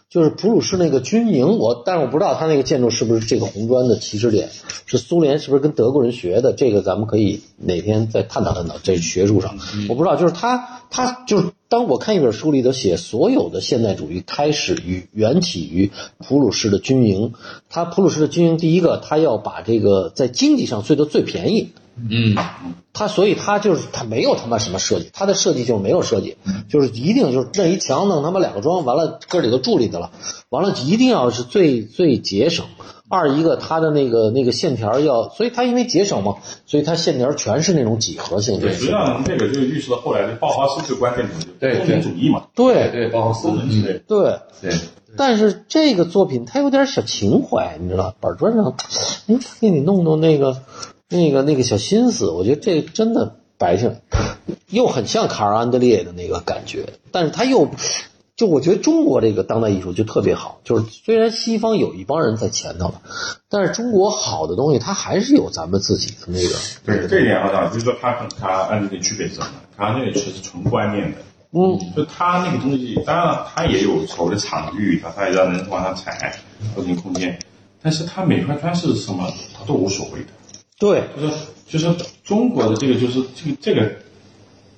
就是普鲁士那个军营。我但是我不知道他那个建筑是不是这个红砖的起始点，是苏联是不是跟德国人学的？这个咱们可以哪天再探讨探讨，在学术上我不知道。就是他他就是当我看一本书里头写，所有的现代主义开始于缘起于普鲁士的军营。他普鲁士的军营第一个，他要把这个在经济上最多最便宜。
嗯，
他所以他就是他没有他妈什么设计，他的设计就是没有设计，就是一定就是这一墙弄他妈两个桩，完了哥几个住里头了，完了一定要是最最节省。二一个他的那个那个线条要，所以他因为节省嘛，所以他线条全是那种几何性
对，实际
质。
上这个就预示了后来的鲍豪斯最关键的就
对
是功能主义嘛，
对
对，包括
功
四
能主义。
对，
对，
但是这个作品它有点小情怀，你知道，板砖上，哎，他给你弄弄那个那个那个小心思，我觉得这真的白净，又很像卡尔安德烈的那个感觉，但是他又。就我觉得中国这个当代艺术就特别好，就是虽然西方有一帮人在前头了，但是中国好的东西它还是有咱们自己的那个。
对，这一点很好，就是说他跟他按这个区别是什么？他那个其实是纯观念的，
嗯，
就他那个东西，当然他也有所谓的场域，他他也让人往上踩，或者空间，但是他每块砖是什么，他都无所谓的。
对，
就是就是中国的这个就是这个这个，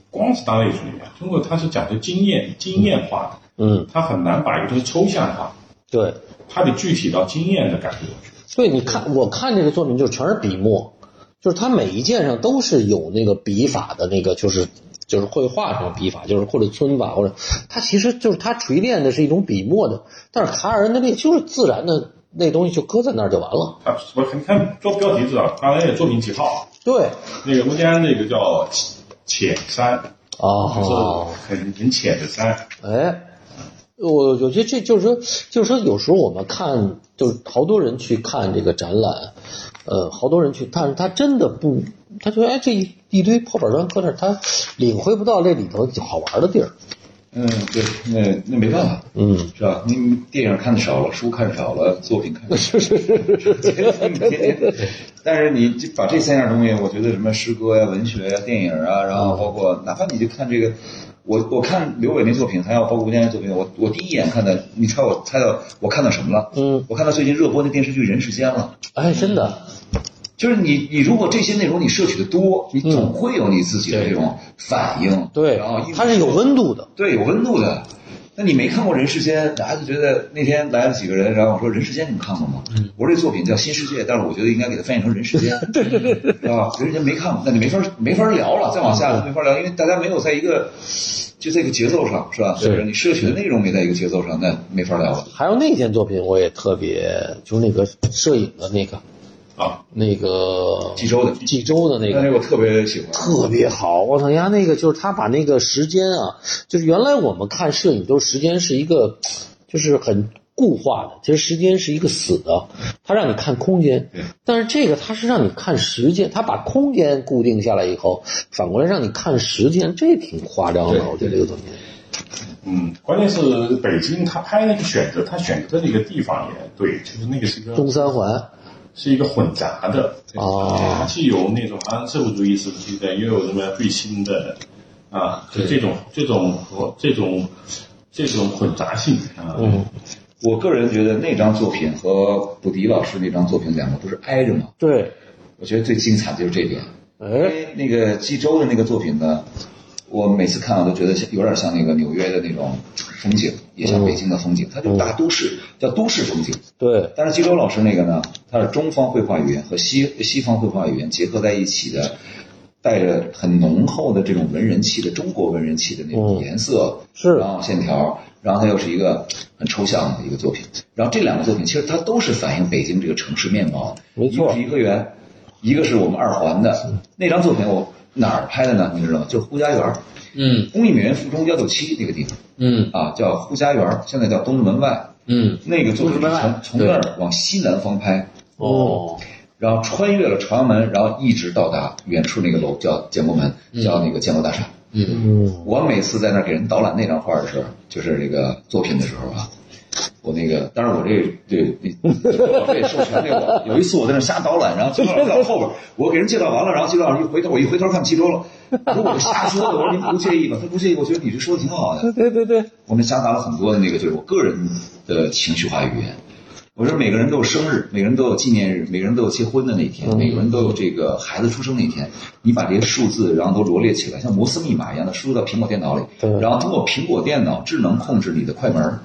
光是当代艺术里面，中国它是讲究经验经验化
嗯
的，，它很难把一个东西抽象化，
对，
它得具体到经验的感觉过去。
对，你看，我看这个作品就全是笔墨，就是它每一件上都是有那个笔法的那个，就是就是绘画上的笔法，就是或者皴法，或者它其实就是它锤炼的是一种笔墨的，但是卡尔恩的那就是自然的那东西就搁在那儿就完了。
它我你看做标题知道，刚才也作品几号，啊
对，
那个乌江那个叫浅浅山，
哦，
就是很很浅的山，
哎。我我觉得这就是说，就是说，有时候我们看，就是好多人去看这个展览，呃，好多人去看，他真的不，他觉得哎，这一一堆破板砖搁那儿，他领会不到这里头好玩的地儿。
嗯，对，那那没办法，
嗯，
是吧？你电影看的少了，书看少了，作品看少了， 天天但是你就把这三样东西，我觉得什么诗歌呀、文学呀、电影啊，然后包括哪怕你就看这个，我我看刘伟那作品，还有包括吴江的作品，我我第一眼看的，你猜我猜到我看到什么了？
嗯，
我看到最近热播那电视剧《人世间》了。
哎，真的，
嗯就是你，你如果这些内容你摄取的多，你总会有你自己的这种反应，
嗯对
然后，
它是有温度的。
对，有温度的。那你没看过《人世间》，大家就觉得那天来了几个人，然后我说《人世间》你们看过吗？我说这作品叫《新世界》，但是我觉得应该给它翻译成《人世间》，嗯 对对对，啊，《人世间》没看过，那你没法没法聊了，再往下就没法聊，因为大家没有在一个就在一个节奏上，是吧？
是
就是你摄取的内容没在一个节奏上，那没法聊了。
还有那件作品，我也特别，就是那个摄影的那个，
啊，
那个
济州的
济州的那
但
个。
是我特别喜欢，
特别好，我操呀！那个就是他把那个时间啊，就是原来我们看摄影都是时间是一个，就是很固化的，其实时间是一个死的，它让你看空间，但是这个它是让你看时间，它把空间固定下来以后，反过来让你看时间，这挺夸张的，我觉得这个作品。
嗯，关键是北京他拍那个选择，他选择的那个地方也对，就是那个是一个
东三环
是一个混杂的，
哦
它既有那种好像社会主义时期的，又有什么最新的，啊，就这种这种和这种这种混杂性啊，嗯，
我个人觉得那张作品和卜迪老师那张作品两个不是挨着吗？
对，
我觉得最精彩的就是这点。因
哎，
为那个济州的那个作品呢，我每次看我都觉得像有点像那个纽约的那种风景，也
嗯
像北京的风景，它就是大都市，叫都市风景。
对，
但是激流老师那个呢，他是中方绘画语言和西西方绘画语言结合在一起的，带着很浓厚的这种文人气的中国文人气的那种
嗯
颜色，
是
然后线条，然后它又是一个很抽象的一个作品。然后这两个作品其实它都是反映北京这个城市面貌，
没错嗯
一个是颐和园，一个是我们二环的那张作品，我哪儿拍的呢？你知道吗？就是呼家园儿，
嗯
工艺美院附中幺六七那个地方
嗯
啊，叫呼家园儿，现在叫东直门外。
嗯，
那个作
东直
品
门
从
外
从那儿往西南方拍，
哦，
然后穿越了朝阳门，然后一直到达远处那个楼叫建国门，叫那个建国大厦。
嗯
嗯，
我每次在那儿给人导览那张画的时候，就是这个作品的时候啊，我那个，当然我这这我这授权这我，有一次我在那儿瞎导览，然后金老师在我后边， 我给人介绍完了，然后金老师一回头，我一回头看记住了，我说我瞎说的，我说您不介意吧？他不介意，我觉得你这说的挺好的。
对对对，
我们夹杂了很多的那个，就是我个人的情绪化语言。我说每个人都有生日，每个人都有纪念日，每个人都有结婚的那一天，每个人都有这个孩子出生那一天。你把这些数字，然后都罗列起来，像摩斯密码一样的输入到苹果电脑里
对，
然后通过苹果电脑智能控制你的快门儿。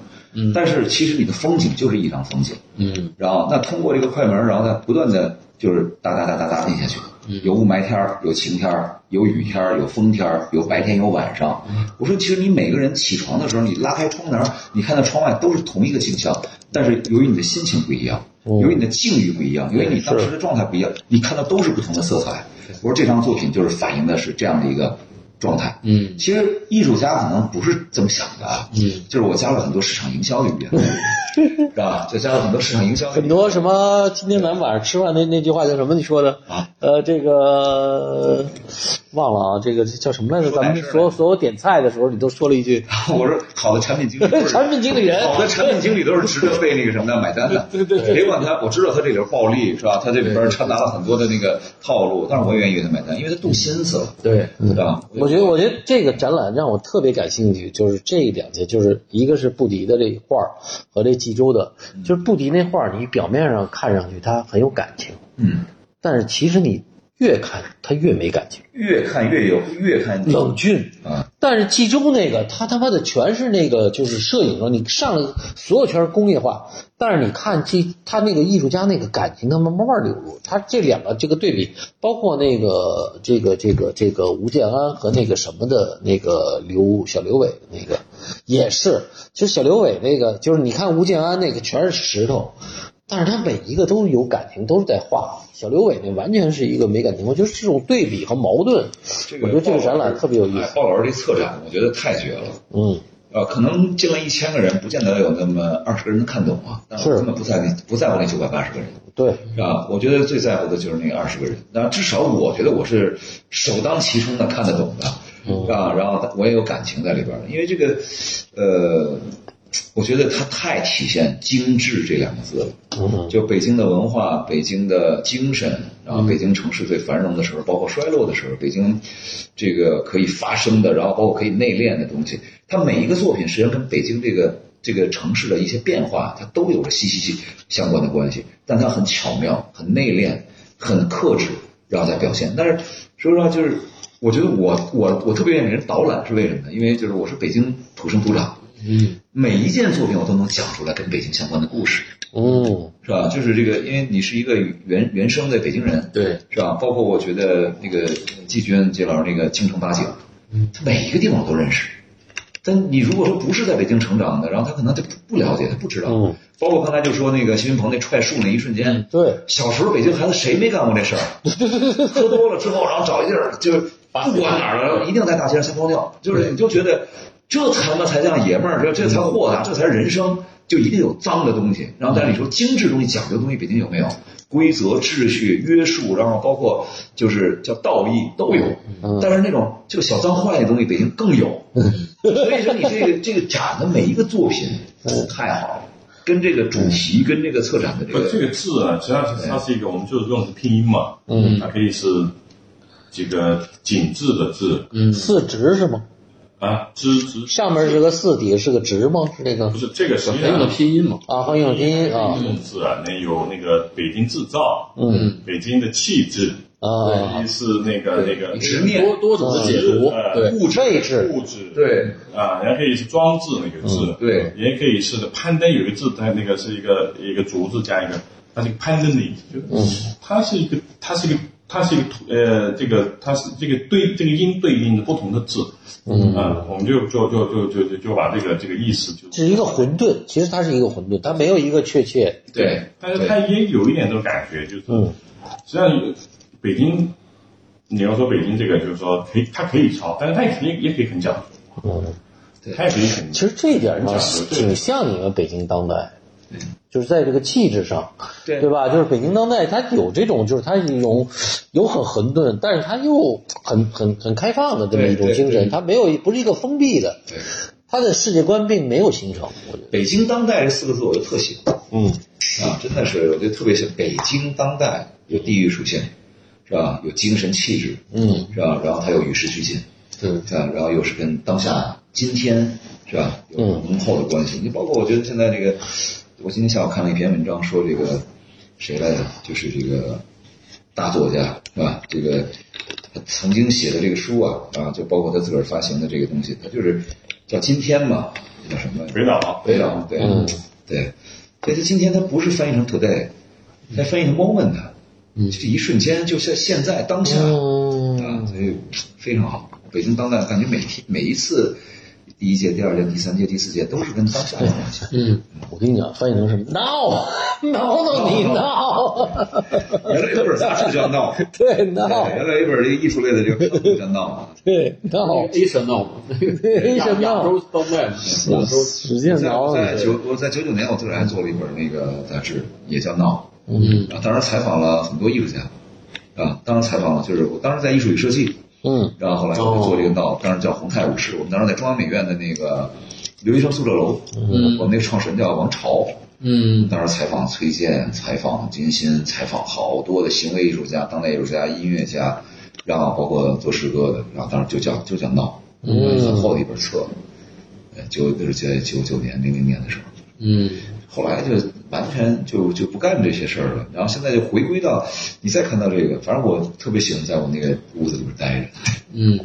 但是其实你的风景就是一张风景。
嗯
然后那通过这个快门儿，然后再不断的就是哒哒哒哒哒摁下去，有雾霾天儿，有晴天儿，有雨天儿，有风天儿，有白天有晚上。我说，其实你每个人起床的时候，你拉开窗帘儿，你看到窗外都是同一个景象，但是由于你的心情不一样，
嗯
由于你的境遇不一样，由于你当时的状态不一样，你看到都是不同的色彩。我说这张作品就是反映的是这样的一个状态。
嗯
其实艺术家可能不是这么想的啊，
嗯，
就是我加了很多市场营销的语 言，是吧？就加了很多市场营销的语言，
很多什么？今天咱们晚上吃饭那那句话叫什么？你说的
啊？
呃，这个忘了啊，这个叫什么来着？
说
咱
哪
们
事儿
所有所有点菜的时候，你都说了一句
我说好的产品经理都 是，
产品经理人
好的产品经理都是值得被那个什么的买 单的。对对对，别管他，我知道他这里边暴力是吧？他这里边掺杂了很多的那个套路，但是我
嗯
也愿意给他买单，因为他动心思了，
对，
对吧？
我觉得，我觉得这个展览让我特别感兴趣，就是这两件，就是一个是布迪的这画儿和这济州的，就是布迪那画儿，你表面上看上去它很有感情，
嗯，
但是其实你越看它越没感情，
越看越有，越看越
冷峻。
啊，
但是济州那个，他他妈的全是那个，就是摄影上你上来所有全是工业化，但是你看济他那个艺术家那个感情，他慢慢慢流露。他这两个这个对比，包括那个这个这个这个吴建安和那个什么的那个刘小刘伟那个也是，就小刘伟那个就是你看吴建安那个全是石头，但是他每一个都有感情，都是在画。小刘伟那完全是一个没感情，我觉得这种对比和矛盾，
这个
我觉得这个展
鲍
览
老师
特别有意
哎
思。
鲍老师这策展，我觉得太绝了。
嗯。
呃，可能进了一千个人，不见得有那么二十个人能看懂啊。但我
是
根本不在那不在乎那九百八十个人，
对，
是吧？我觉得最在乎的就是那二十个人。那至少我觉得我是首当其冲的看得懂的，啊，然后我也有感情在里边儿，因为这个，呃，我觉得它太体现“精致”这两个字了。
嗯，
就北京的文化、北京的精神，然后北京城市最繁荣的时候，包括衰落的时候，北京这个可以发生的，然后包括可以内敛的东西，它每一个作品实际上跟北京这个这个城市的一些变化，它都有着息息相关的关系，但它很巧妙、很内敛、很克制，然后再表现。但是说实话，就是我觉得我我我特别愿意给人导览是为什么呢？因为就是我是北京土生土长，
嗯
每一件作品我都能讲出来跟北京相关的故事。
嗯，
是吧？就是这个，因为你是一个原原生的北京人，
对，
是吧？包括我觉得那个季军季老师那个京城八景，他每一个地方我都认识。但你如果说不是在北京成长的，然后他可能他不了解，他不知道。
嗯
包括刚才就说那个谢云鹏那踹树那一瞬间，
对，
小时候北京孩子谁没干过这事儿？喝多了之后，然后找一地儿，就是不管哪儿了，一定在大街上撒泡尿，就是你就觉得这他妈才叫爷们儿，这这才豁达，这才是人生，就一定有脏的东西。然后但是你说精致的东西、讲究的东西，北京有没有？规则、秩序、约束，然后包括就是叫道义都有，但是那种就小脏坏的东西，北京更有。所以说你这个这个展的每一个作品太好了，跟这个主题、跟这个策展的这
不，这
个
个字啊，实际上是它是一个，我们就是用的是拼音嘛，嗯，它可以是这个紧致的致
四直是吗？
啊，之之
上面是个四，底下是个直吗？是那个
不是这个实际
还用
上
的拼音
哦
嘛，
啊，很有拼音啊
这，种字啊，那有那个北京制造，
嗯，
北京的气质，
啊，
一是那个那个
执念
多多种的解读，
嗯
呃
对，
物质位置
物质，
对
啊，也可以是装置那个字，
对，
也可以是攀登有一个字，它那个是一个一个竹字加一个，它是一个攀登的意思，就是它是一个它是一个它是一个图呃这个它是这个对这个音对应的不同的字，嗯啊，我们就就就就就就就把这个这个意思就
这是一个混沌，其实它是一个混沌，它没有一个确切。
对
但是它也有一点这种感觉，就是、
嗯
实际上有北京，你要说北京这个，就是说可以，它可以抄，但是它也可以也可以很讲究，
嗯，
它也可以很
其实这一点呢
嗯，
挺像你们北京当代，就是在这个气质上，
对
对吧？就是北京当代，它有这种，就是它有有很混沌，但是它又很很很开放的这么一种
对对
精神，
对
它没有不是一个封闭的，
对，
它的世界观并没有形成，我觉得。
北京当代这四个字我就特喜欢。
嗯
啊，真的是，我觉得特别像北京当代有地域属性，是吧？有精神气质，
嗯，
是吧？然后它又与时俱进，
嗯，
是吧？然后又是跟当下今天，是吧？有
嗯
浓厚的关系。你包括我觉得现在这个，我今天下午看了一篇文章，说这个谁来着？就是这个大作家，是吧？这个他曾经写的这个书啊，啊，就包括他自个儿发行的这个东西，他就是叫今天嘛，叫什么？
北岛，
对啊，对，对，所以它今天它不是翻译成 today，它翻译成 moment，就是一瞬间，就在现在当下啊，
嗯
所以非常好。北京当代感觉每天每一次第一届、第二届、第三届、第四届都是跟当下有关系。
嗯，我跟你讲，翻译成什么闹 挠挠你闹，
原来有本杂志叫闹，
对
对
闹
原来有本这个艺术类的这个杂志叫闹啊。
对闹，
A 神闹嘛
A 神闹
亚洲当代，亚洲
使劲
在
挠
我
你，
在九我在九九年，我自个儿还做了一本那个杂志，也叫闹。
嗯
然后当时采访了很多艺术家，啊，当时采访了就是我当时在艺术与设计，
嗯哦
然后后来我就做这个道，当时叫宏泰武士。我们当时在中央美院的那个留学生宿舍楼，
嗯
我们那个创始人叫王朝。
嗯
当时采访崔健，采访金鑫，采访好多的行为艺术家、当代艺术家、音乐家，然后包括做诗歌的，然后当时就叫就叫闹，
嗯
很厚的一本册，呃，九就是在九九年、零零年的时候。
嗯，
后来就完全就就不干这些事儿了，然后现在就回归到你再看到这个，反正我特别喜欢在我那个屋子里边待着，
嗯，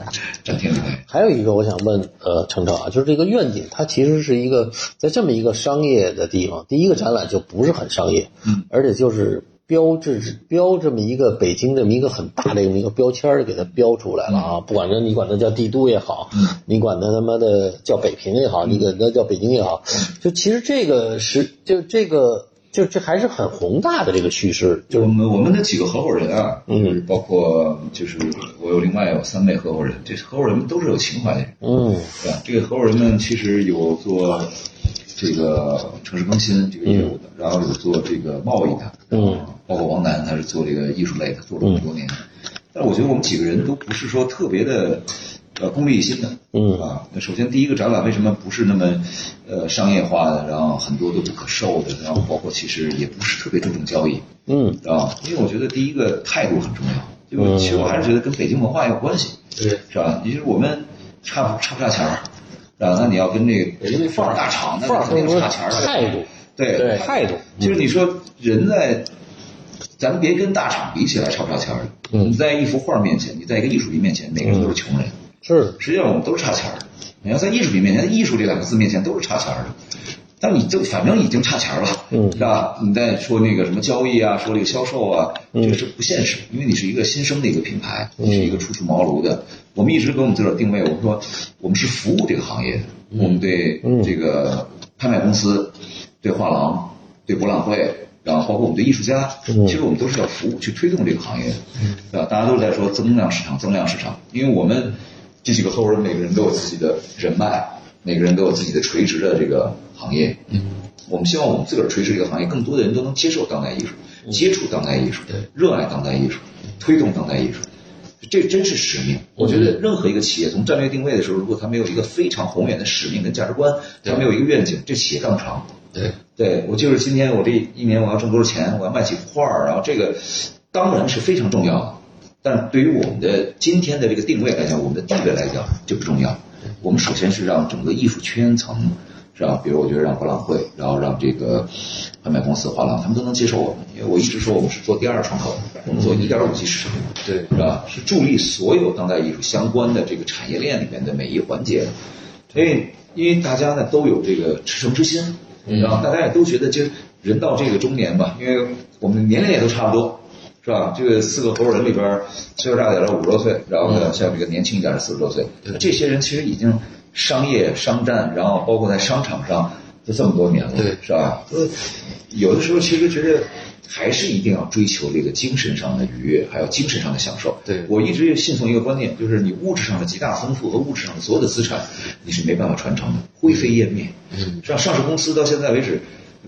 展厅里待着。
还有一个我想问，呃，程程啊，就是这个愿景，它其实是一个在这么一个商业的地方，第一个展览就不是很商业，
嗯，
而且就是标志标这么一个北京这么一个很大的这么一个标签儿给它标出来了啊，
嗯
不管它你管它叫帝都也好，你管它他妈的叫北平也
嗯
好，你管它叫北京也好，就其实这个是就这个就这还是很宏大的这个叙事，就
我
是
们我们的几个合伙人啊，
嗯
就是包括就是我有另外有三位合伙人，这合伙人们都是有情怀的人，
嗯
对吧？这个合伙人们其实有做这个城市更新这个业务的，然后有做这个贸易的，
嗯，
包括王楠他是做这个艺术类的，做了很多年。
嗯
但我觉得我们几个人都不是说特别的。呃，功利心的，
嗯
啊，那首先第一个展览为什么不是那么，呃，商业化的，然后很多都不可售的，然后包括其实也不是特别注重交易，
嗯
啊，因为我觉得第一个态度很重要，就是其实我还是觉得跟北京文化有关系，
对，
是吧？也就是我们差不差不差钱儿，啊，那你要跟这个
北京那范儿
大厂，那
范儿
肯定
更多
差钱儿了
态度，
对
对
态度
就是你说人在，咱别跟大厂比起来差不差钱儿，
嗯
你在一幅画面前，你在一个艺术品面前，每个人都是穷人，
是
实际上我们都是差钱儿的。你要在艺术品面前，艺术这两个字面前都是差钱儿的。但你就反正已经差钱儿了，
嗯
是吧？你再说那个什么交易啊，说这个销售啊，这个是不现实，因为你是一个新生的一个品牌，你是一个初出茅庐的。我们一直给我们自个儿定位，我们说我们是服务这个行业的，我们对这个拍卖公司、对画廊、对博览会，然后包括我们对艺术家，其实我们都是要服务去推动这个行业的，对吧？大家都在说增量市场，增量市场，因为我们这几个合伙人每个人都有自己的人脉，每个人都有自己的垂直的这个行业，我们希望我们自个儿垂直这个行业，更多的人都能接受当代艺术，接触当代艺术，热爱当代艺术，推动当代艺术，这真是使命。我觉得任何一个企业从战略定位的时候，如果它没有一个非常宏远的使命跟价值观，它没有一个愿景，这企业干不长。
对，
对我就是今天我这一年我要挣多少钱，我要卖几幅画儿，然后这个当然是非常重要的，但对于我们的今天的这个定位来讲，我们的地位来讲就不重要。我们首先是让整个艺术圈层，是吧？比如我觉得让博览会，然后让这个外卖公司、画廊，他们都能接受我们，因为我一直说我们是做第二窗口，我们做一点五级市场，
对
是吧？是助力所有当代艺术相关的这个产业链里面的每一环节，所以因为大家呢都有这个赤诚之心，然后大家也都觉得，就人到这个中年吧，因为我们年龄也都差不多，是吧？这个四个合伙人里边儿，岁数大点的五十多岁，然后呢，像这个年轻一点的四十多岁，这些人其实已经商业、商战，然后包括在商场上都这么多年了，
对
是吧？呃有的时候其实觉得。还是一定要追求这个精神上的愉悦，还有精神上的享受。
对
我一直信奉一个观念，就是你物质上的极大丰富和物质上的所有的资产，你是没办法传承的，灰飞烟灭。嗯，上上市公司到现在为止，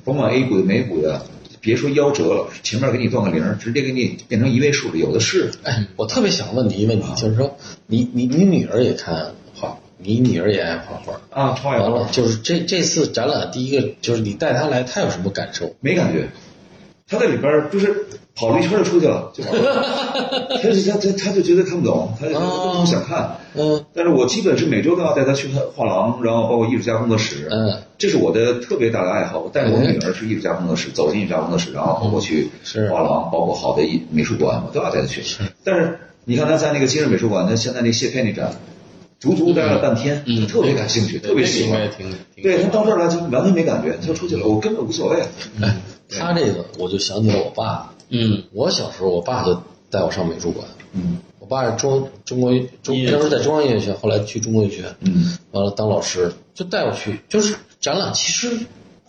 甭管 A 股的、美股的，别说夭折了，前面给你断个零儿，直接给你变成一位数的，有的是。
哎，我特别想问你一个问题，就是说，你你你女儿也看画，你女儿也爱画画，
啊，超爱
完
多
了，就是这这次展览第一个就是你带她来，她有什么感受？
没感觉。他在里边儿就是跑了一圈就出 去了，就跑了。他就他他他就觉得看不懂，他就觉得他不想看。
哦嗯
但是我基本是每周都要带他去看画廊，然后包括艺术家工作室。
嗯，
这是我的特别大的爱好。我带着我女儿去艺术家工作室，走进艺术家工作室，然后包括去
嗯是
画廊，包括好的艺美术馆，我都要带她去。但是你看她在那个今日美术馆，那现在那谢佩那展，足足待了半天，
嗯
特别感兴趣，特别喜欢。
挺挺
对她到这儿来就完全没感觉，她就出去
嗯
了，我根本无所谓。
他哎这个我就想起了我爸，
嗯，
我小时候我爸就带我上美术馆，
嗯
我爸是中中国中
音乐
当时在中央音乐学院，后来去中国音乐学院，
嗯，
完了当老师就带我去，就是展览。其实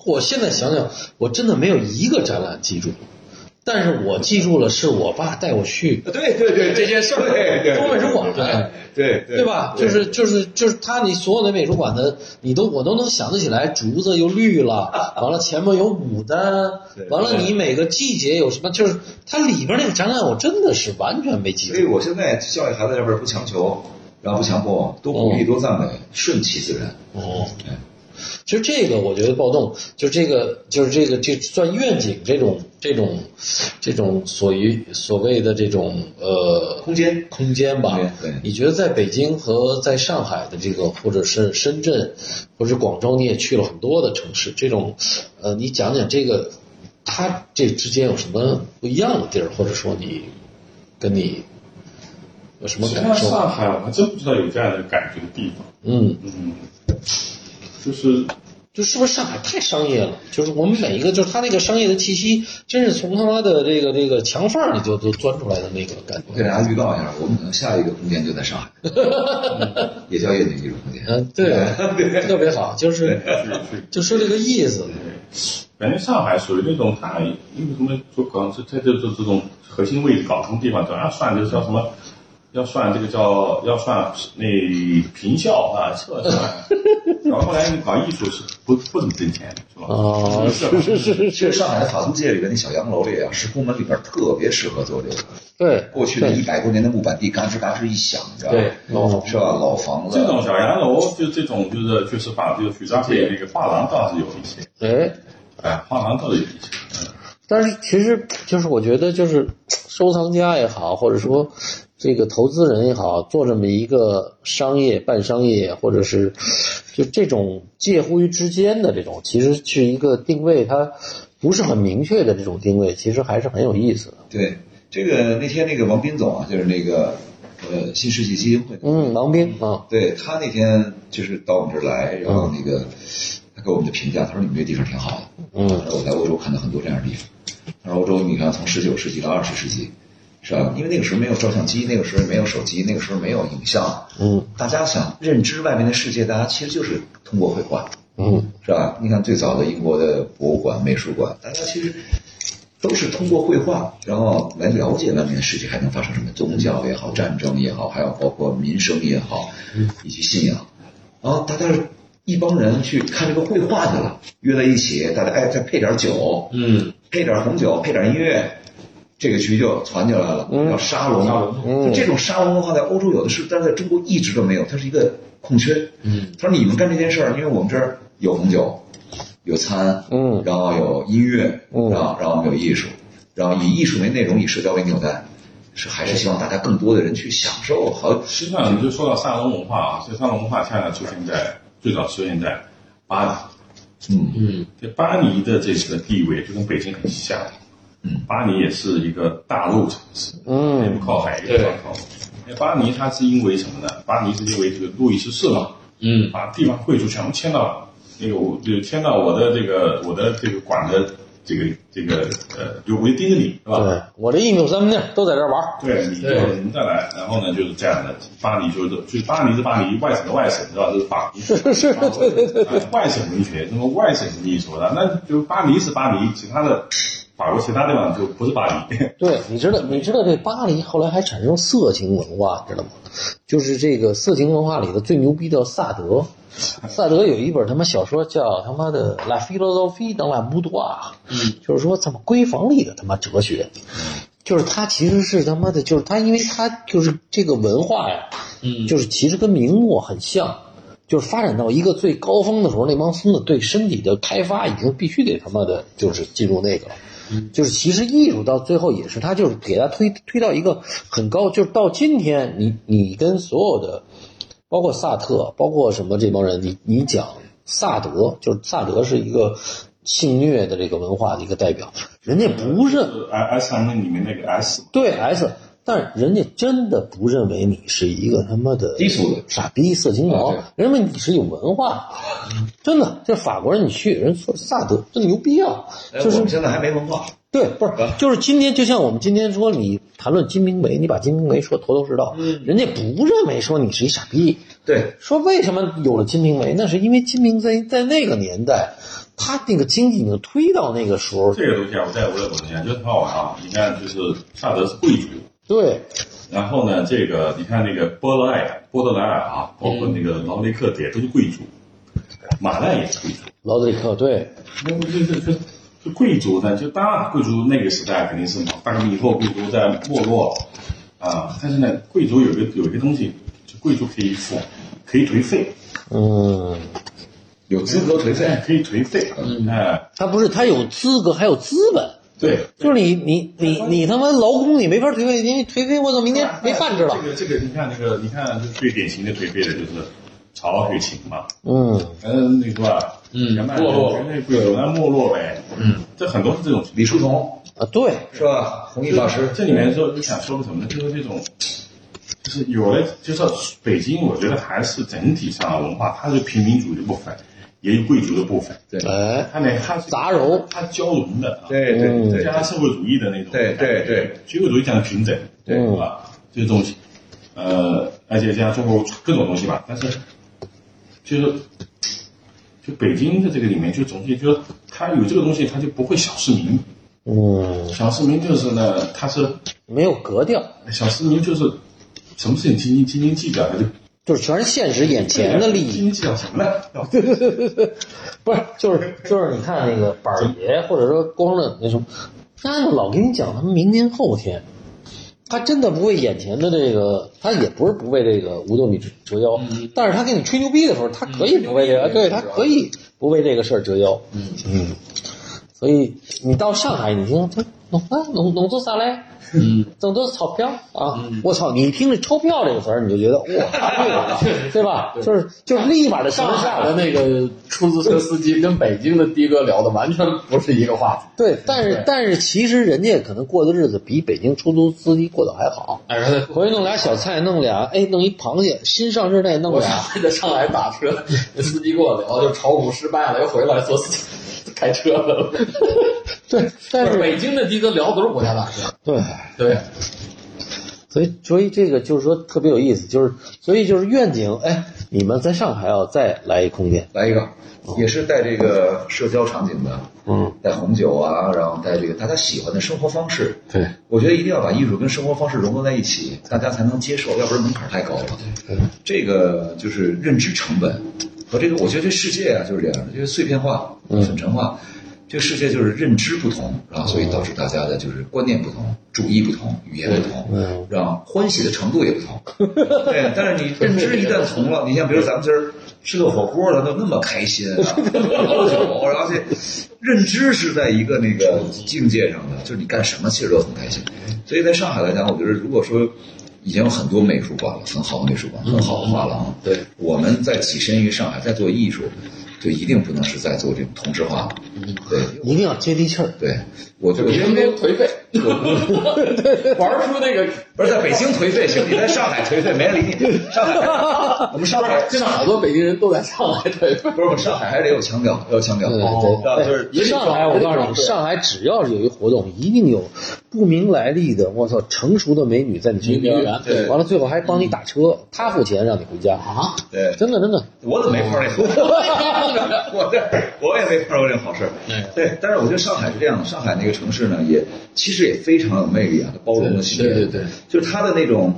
我现在想想，我真的没有一个展览记住，但是我记住了是我爸带我去
啊对对对，
这件事儿
对对，
中美术馆
对对
对吧？就是就是就是他，你所有的美术馆的，你都我都能想得起来，竹子又绿了，完了前面有牡丹
对，
完了你每个季节有什么，就是它里边那个展览，我真的是完全没记
所以
住。
我现在教育孩子要不是不强求，然后不强迫，多鼓励，多赞美，顺其自然。
哦，其实这个我觉得暴动，就这个就是这个这算愿景这种这种这种所于所谓的这种呃
空间
空间吧
对对。
你觉得在北京和在上海的这个，或者是深圳，或者是广州，你也去了很多的城市，这种，呃，你讲讲这个，它这之间有什么不一样的地儿，或者说你跟你有什么
实际
感
上，
受？
上海我还真不知道有这样的感觉的地方。
嗯，
嗯，就是
就是不是上海太商业了？就是我们每一个，就是它那个商业的气息，真是从他妈的这个这个墙缝儿里就都钻出来的那个感
我
觉。
给大家预告一下，我们可能下一个空间就在上海，嗯也叫夜景艺术空间。
嗯， 对，特别好，就是
是
就说这个意思。
感觉上海属于那种，它因为什么说搞这它就是这种核心位置搞通地方，主要算这个叫什么？要算这个叫要算那平效啊，测算。搞后来搞艺术是不不怎么挣钱的，是吧？
哦，
是是是，
其实上海的法租界里边那小洋楼里啊，石库门里边特别适合做这个。
对，
过去的一百多年的木板地，嘎吱嘎吱一响，你知道
对
吧？是吧？老房子
这，种小洋楼就这种就是就是把就许家汇那个画廊倒是有一些，
哎，
哎，画廊倒是有一些。嗯
但是其实就是我觉得就是收藏家也好，或者说这个投资人也好，做这么一个商业半商业，或者是就这种介乎于之间的这种，其实是一个定位，它不是很明确的这种定位，其实还是很有意思的。
对，这个那天那个王斌总啊，就是那个呃新世纪基金会的
嗯，王斌啊，
对他那天就是到我们这儿来，然后那个他给我们的评价，他说你们这地方挺好的。
嗯
他说我在欧洲看到很多这样的地方。他说欧洲你看从十九世纪到二十世纪，是吧？因为那个时候没有照相机，那个时候没有手机，那个时候没有影像，
嗯
大家想认知外面的世界，大家其实就是通过绘画，
嗯，
是吧？你看最早的英国的博物馆、美术馆，大家其实都是通过绘画，然后来了解外面的世界还能发生什么，宗教也好，战争也好，还有包括民生也好，以及信仰。然后大家一帮人去看这个绘画去了，约在一起，大家哎再配点酒，
嗯，
配点红酒，配点音乐，这个局就传起来了，叫沙龙。
沙龙
嗯
就这种沙龙文化在欧洲有的是，但是在中国一直都没有，它是一个空缺。嗯，他说你们干这件事儿，因为我们这儿有红酒，有餐，
嗯
然后有音乐，
嗯
然后然后我们有艺术，然后以艺术为内容，以社交为纽带，是还是希望大家更多的人去享受和
实际上，呃你就说到沙龙文化啊，其实沙龙文化恰恰出现在最早出现在巴黎，
嗯，
嗯
对巴黎的这个地位就跟北京很像，嗯，巴黎也是一个大陆城市，也
嗯
不靠海，也不靠空。那巴黎它是因为什么呢？巴黎是因为这个路易十四嘛，
嗯
把地方贵族全部迁到那个我就迁到我的这个我的这个管的这个这个呃，就我就盯着你，是吧？
对，我这一亩三分地都在这儿玩儿。
对，你就
对
你再来，然后呢就是这样的，巴黎就是就是巴黎是巴黎，外省的外省，知道这是法是是是，对对对对，外省文学，那么外省是艺术的，那就巴黎是巴黎，其他的法国其他地方就不是巴黎，
对，你知道，你知道这巴黎后来还产生色情文化，知道吗？就是这个色情文化里的最牛逼的萨德，萨德有一本他妈小说叫他妈的《La philosophie dans la boudoir》，就是说怎么闺房里的他妈哲学，就是他其实是他妈的，就是他，因为他就是这个文化呀，
嗯
就是其实跟明末很像，就是发展到一个最高峰的时候，那帮孙子对身体的开发已经必须得他妈的，就是进入那个了。就是其实艺术到最后也是，他就是给他推推到一个很高，就是到今天你你跟所有的，包括萨特，包括什么这帮人，你你讲萨德，就是萨德是一个性虐的这个文化的一个代表，人家不认
是 S M 呃里面那个 S 嘛，
对 S，但人家真的不认为你是一个他妈的
低俗的
傻逼色情毛
啊，
人们你是有文化， 真的，这法国人你去，人说萨德这牛逼啊，
哎
就
我啊
是
们现在还没文化，
对，不是，就是今天，就像我们今天说，你谈论金瓶梅，你把金瓶梅说头头是道，
嗯
人家不认为说你是一傻逼，
对，
说为什么有了金瓶梅，那是因为金瓶在在那个年代，他那个经济已经推到那个时候，
这个东西啊，我在我在我之前就是很好玩啊，你看就是萨德是贵族，
对，
然后呢，这个你看那个波德莱波德莱尔啊，包括那个劳雷克也都是贵族，马奈也是贵族。
劳德里克，对，
那么就就就就贵族呢，就当然贵族那个时代肯定是大革命以后贵族在没落啊，但是呢，贵族有一个有一个东西，就贵族可以付，可以颓废，啊
嗯，
有资格颓废，
可以颓废，哎，
他不是他有资格，还有资本。
对。
就是你你你你他妈劳工你没法颓废，因为颓废我操明天没饭吃了。
这个这个，你看这个，你看就是最典型的颓废的就是曹雪芹嘛，
嗯，
嗯，你说啊，
嗯
原来
没落
那贵族那没落呗，嗯，这很多是这种情况
李叔同
啊对，
是吧？弘毅法师，
这里面说就想说个什么呢？就是这种，就是有了，就是北京，我觉得还是整体上的文化，它是平民主义的部分，也有贵族的部分，
哎，
它呢，它是
杂糅，
它交融的啊，
对对对
嗯
加社会主义的那种，
对对嗯对，
社会主义讲的平等，
对
是吧？这些东西，呃，而且加中国各种东西吧，但是就是。就北京的这个里面，就总体就是它有这个东西，它就不会小市民。
嗯，
小市民就是呢，它是
没有格调，
小市民就是什么事情斤斤斤斤计较，他就
就是全是现实眼前的利
斤
益，
斤计较什么呢？
不是就是就是你看那个板儿爷或者说光的那什么，他老跟你讲他们明天后天。他真的不为眼前的这个，他也不是不为这个五斗米折腰，但是他跟你吹牛逼的时候，他可以不为这个，对他可以不为这个事儿折腰。嗯嗯，所以你到上海，你听他弄啊弄弄做啥嘞？嗯，整都是钞票啊！我操，你听着“钞票”这个词儿，你就觉得哇，对了，对吧？就是就是立马的形
上
式下
海
来
的那个出租车司机跟北京的的哥聊的完全不是一个话题，
对，但是但是其实人家可能过的日子比北京出租司机过得还好。
哎，然后
回去弄俩小菜，弄俩哎，弄一螃蟹，新上市那弄
我
俩，
在上海打车，那司机跟我聊，就炒股失败了，又回来做司机开车了。
对，但是
北京的的哥聊的都是国家大事，
对，
对，
所以所以这个就是说特别有意思，就是所以就是愿景，哎，你们在上海要再来一空间，
来一个，也是带这个社交场景的，
嗯，
带红酒啊，然后带这个大家喜欢的生活方式。
对，
我觉得一定要把艺术跟生活方式融合在一起，大家才能接受，要不然门槛太高了。这个就是认知成本和这个，我觉得这世界啊就是这样，就是碎片化、
嗯
粉尘化。这个世界就是认知不同，然后所以导致大家的就是观念不同、主义不同、语言不同
嗯，
让欢喜的程度也不同。对，但是你认知一旦同了，你像比如咱们今儿吃个火锅了，都那么开心啊，喝酒，然后这认知是在一个那个境界上的，就是你干什么其实都很开心。所以在上海来讲，我觉得如果说已经有很多美术馆了，很好的美术馆，很好的画廊，
对，
我们在跻身于上海，在做艺术，就一定不能是在做这种同质化。对
一定要接地气儿。
对，我就
就别别颓废， 玩出那个
不是在北京颓废行，你在上海颓废没人理你。上海，我们上海
现在好多北京人都在上海颓废。
不是我们上海还是得有腔调，要有腔调。
对
哦
对对，
就是
哎上海，我告诉你，上海只要是有一活动，一定有不明来历的，我操，成熟的美女在你身
女
边
园对，
完了最后还帮你打车，她付钱让你回家啊，
嗯对，
真的真 的，
我怎么没碰上这好 事儿？我这我也没碰上这好事儿。对，但是我觉得上海是这样的，上海那个城市呢，也其实也非常有魅力啊，它包容的心，
对对对，
就是它的那种，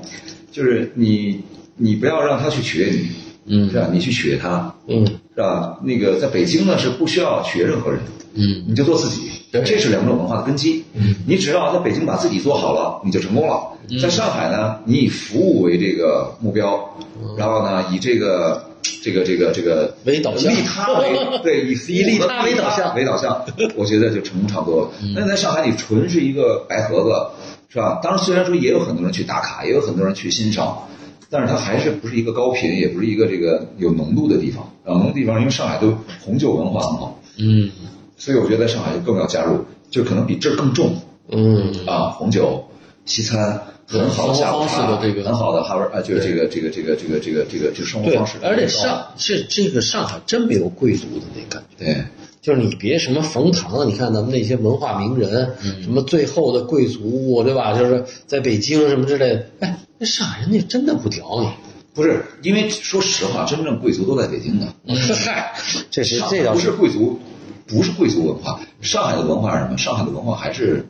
就是你你不要让他去取悦你，嗯，是吧？你去取悦他，
嗯
是吧？那个在北京呢是不需要取悦任何人，
嗯，
你就做自己，这是两种文化的根基。嗯，你只要在北京把自己做好了，你就成功了。
嗯
在上海呢，你以服务为这个目标，然后呢，以这个这个这个这个
嗯为导向
利他为对，以以利他为导向为导向， 我觉得就成功差不多了。那在上海，你纯是一个白盒子，是吧？当然，虽然说也有很多人去打卡，也有很多人去欣赏，但是它还是不是一个高频，也不是一个这个有浓度的地方。啊，浓度地方，因为上海对红酒文化很好，
嗯
所以我觉得在上海就更要加入，就可能比这儿更重
嗯
啊，红酒、西餐。很好的下午
生活方式
茶
的这个
很好的哈维啊，就是这个这个这个这个这个这个这个生活
对
方式，，
而且上这这个上海真没有贵族的那感觉。
对
就是你别什么冯唐，啊你看咱们那些文化名人，
嗯
什么最后的贵族，对吧？就是在北京什么之类的，哎，那上海人那真的不屌你。
不是，因为说实话，真正贵族都在北京的。 嗨，
这是
上海
这倒
不
是
是贵族，不是贵族文化。上海的文化是什么？上海的文化还是，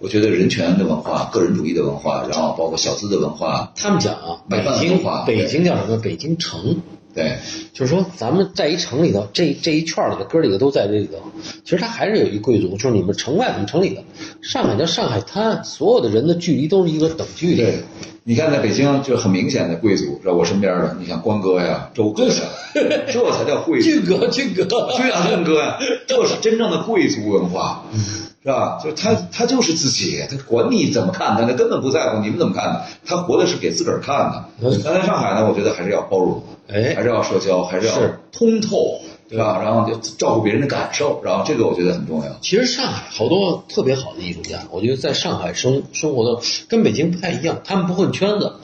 我觉得人权的文化、个人主义的文化，然后包括小资的文化，
他们讲啊，
没
北
办法
京
化对
北京叫什么？北京城，
对，
就是说咱们在一城里头，这这一圈里的哥儿几个都在这里头。其实他还是有一贵族，就是你们城外，我们城里的。上海叫上海滩，所有的人的距离都是一个等距离。
对， 你看在北京就很明显的贵族，知道我身边的，你像关哥呀、周哥 呀，这才叫贵族。
俊哥，俊哥，
对啊，俊哥呀，这是真正的贵族文化，
嗯
是吧？就他他就是自己，他管你怎么看他，他根本不在乎你们怎么看他，他活的是给自个儿看
嗯
的。但在上海呢，我觉得还是要包容，
哎
还是要社交，还是要
是
通透，是吧？然后就照顾别人的感受，然后这个我觉得很重要。
其实上海好多特别好的艺术家，我觉得在上海生生活的跟北京不太一样，他们不混圈子，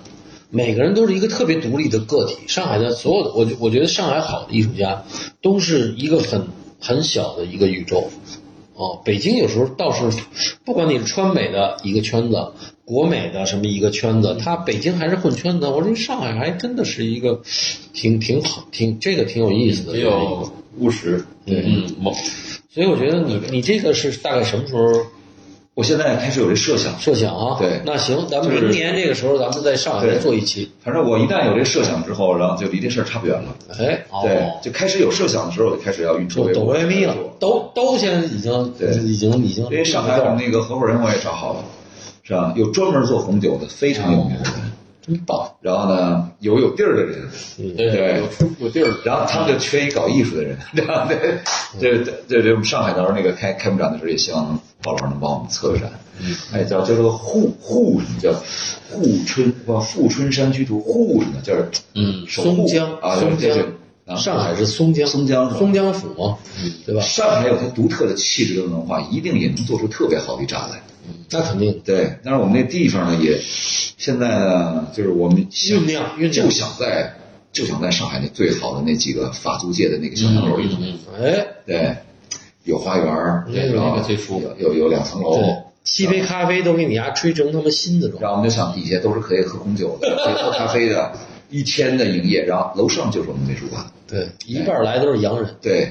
每个人都是一个特别独立的个体。上海的所有的，我觉我觉得上海好的艺术家都是一个很很小的一个宇宙。哦，北京有时候倒是，不管你是川美的一个圈子，国美的什么一个圈子，它北京还是混圈子。我觉得上海还真的是一个挺挺好，挺这个挺有意思的。
没有务实，嗯，猛，
所以我觉得你你这个是大概什么时候
我现在开始有这设想，
设想啊？
对
那行，咱们
就是
明年这个时候咱们在上海再
对
做一期。
反正我一旦有这设想之后，然后就离这事儿差不远了。
哎，
对，就开始有设想的时候，我就开始要运筹
就
帷
抖
幄。
微咪了，都都现在已经
对
已经已经
因为上海我们那个合伙人我也找好了，是吧？有专门做红酒的，非常有名的人。
真棒，
然后呢，有有地儿的人，
嗯
对，
对
有出有地儿，
然后他们就缺一搞艺术的 人，对吧？对对对对对，我们上海到时候那个开开幕展的时候，也希望能鲍老师能帮我们策展。
嗯
哎，叫叫这个沪沪什么叫沪春哇，富春山居图沪什么叫
嗯
守
松
护
江
啊，
松
对对
江
对啊
上海是松江，
松江是吧
松江府嘛，对吧？
上海有它独特的气质跟文化，一定也能做出特别好的一展来。
那肯定
对，但是我们那地方呢，也现在呢，就是我们想
酝酿酝酿
就想在就想在上海那最好的那几个法租界的那个小洋楼里头，
哎，
对，有花园儿，对，
嗯
然
那
后
个最舒服
有有有两层楼，
沏杯咖啡都给你丫吹成他妈新的
然
状
后我们就想底下都是可以喝红酒的，可以喝咖啡的，一天的营业，然后楼上就是我们美术馆，
对，一半来都是洋人，
对，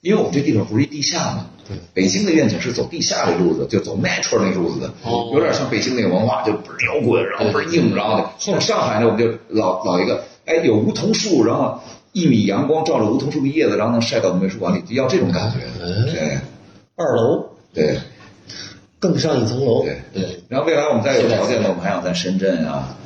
因为我们这地方不是一地下嘛。
对
北京的愿景是走地下这路子，就走 metro 那路子的，
哦
有点像北京那个文化，就倍儿摇滚，然后倍儿硬，然后像上海呢，我们就老老一个，哎，有梧桐树，然后一米阳光照着梧桐树的叶子，然后能晒到我们美术馆里，就要这种感觉。对
哎二楼
对
更上一层楼，
对对。然后未来我们再有条件呢，我们还想在深圳啊，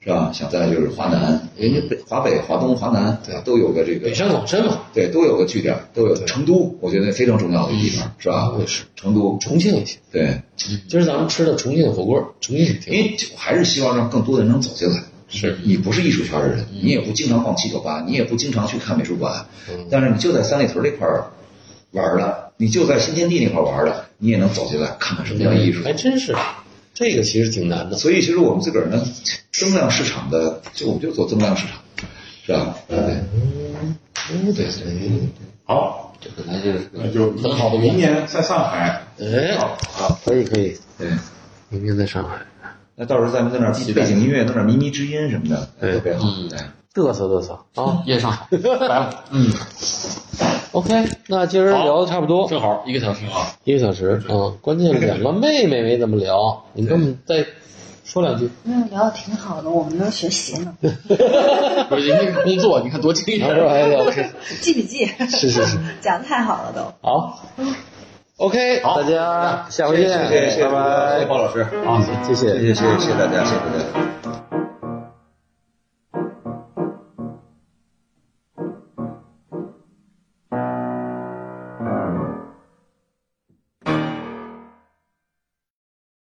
是吧？想在就是华南，人家北华北、华东、华南，对吧，都有个这个
北上广深嘛，
对，都有个据点，都有成都，我觉得非常重要的地方，是吧？
我也是
成都，
重庆也行。
对，嗯
今儿咱们吃的重庆火锅，重庆挺
哎因为就还是希望让更多的人能走进来，
是
你不是艺术圈的
嗯
人，你也不经常逛七九八，你也不经常去看美术馆，
嗯
但是你就在三里屯那块儿玩的，你就在新天地那块儿玩的，你也能走进来看看什么叫艺术。
还哎真是，这个其实挺难的。
所以其实我们自个儿呢，增量市场的，就我们就做增量市场，是吧？对。
嗯，对对对，
好，
这本来就是
那就
很好的
明
原因。
年在上海，
哎，
好，
可以可以，
对，
明天在上海
那到时候再弄点背景音乐，弄点咪咪之音什么的，
对
特别好。
嗯
对，
嘚瑟嘚瑟 啊。
夜上海来了，嗯，
OK，那今儿聊的差不多，
正好一个小时啊，
一个小时啊。关键是两个妹妹没怎么聊，你跟我们再说两句。
嗯，聊的挺好的，我们能学习呢，
不是那个工作，你看多敬业
然。后还聊，
记 笔记。
是是是，
讲的太好了都。
好。OK，大家下回见，
谢谢谢谢
拜拜。
鲍老师，
啊，谢谢
谢谢谢谢谢谢大家，谢谢大家。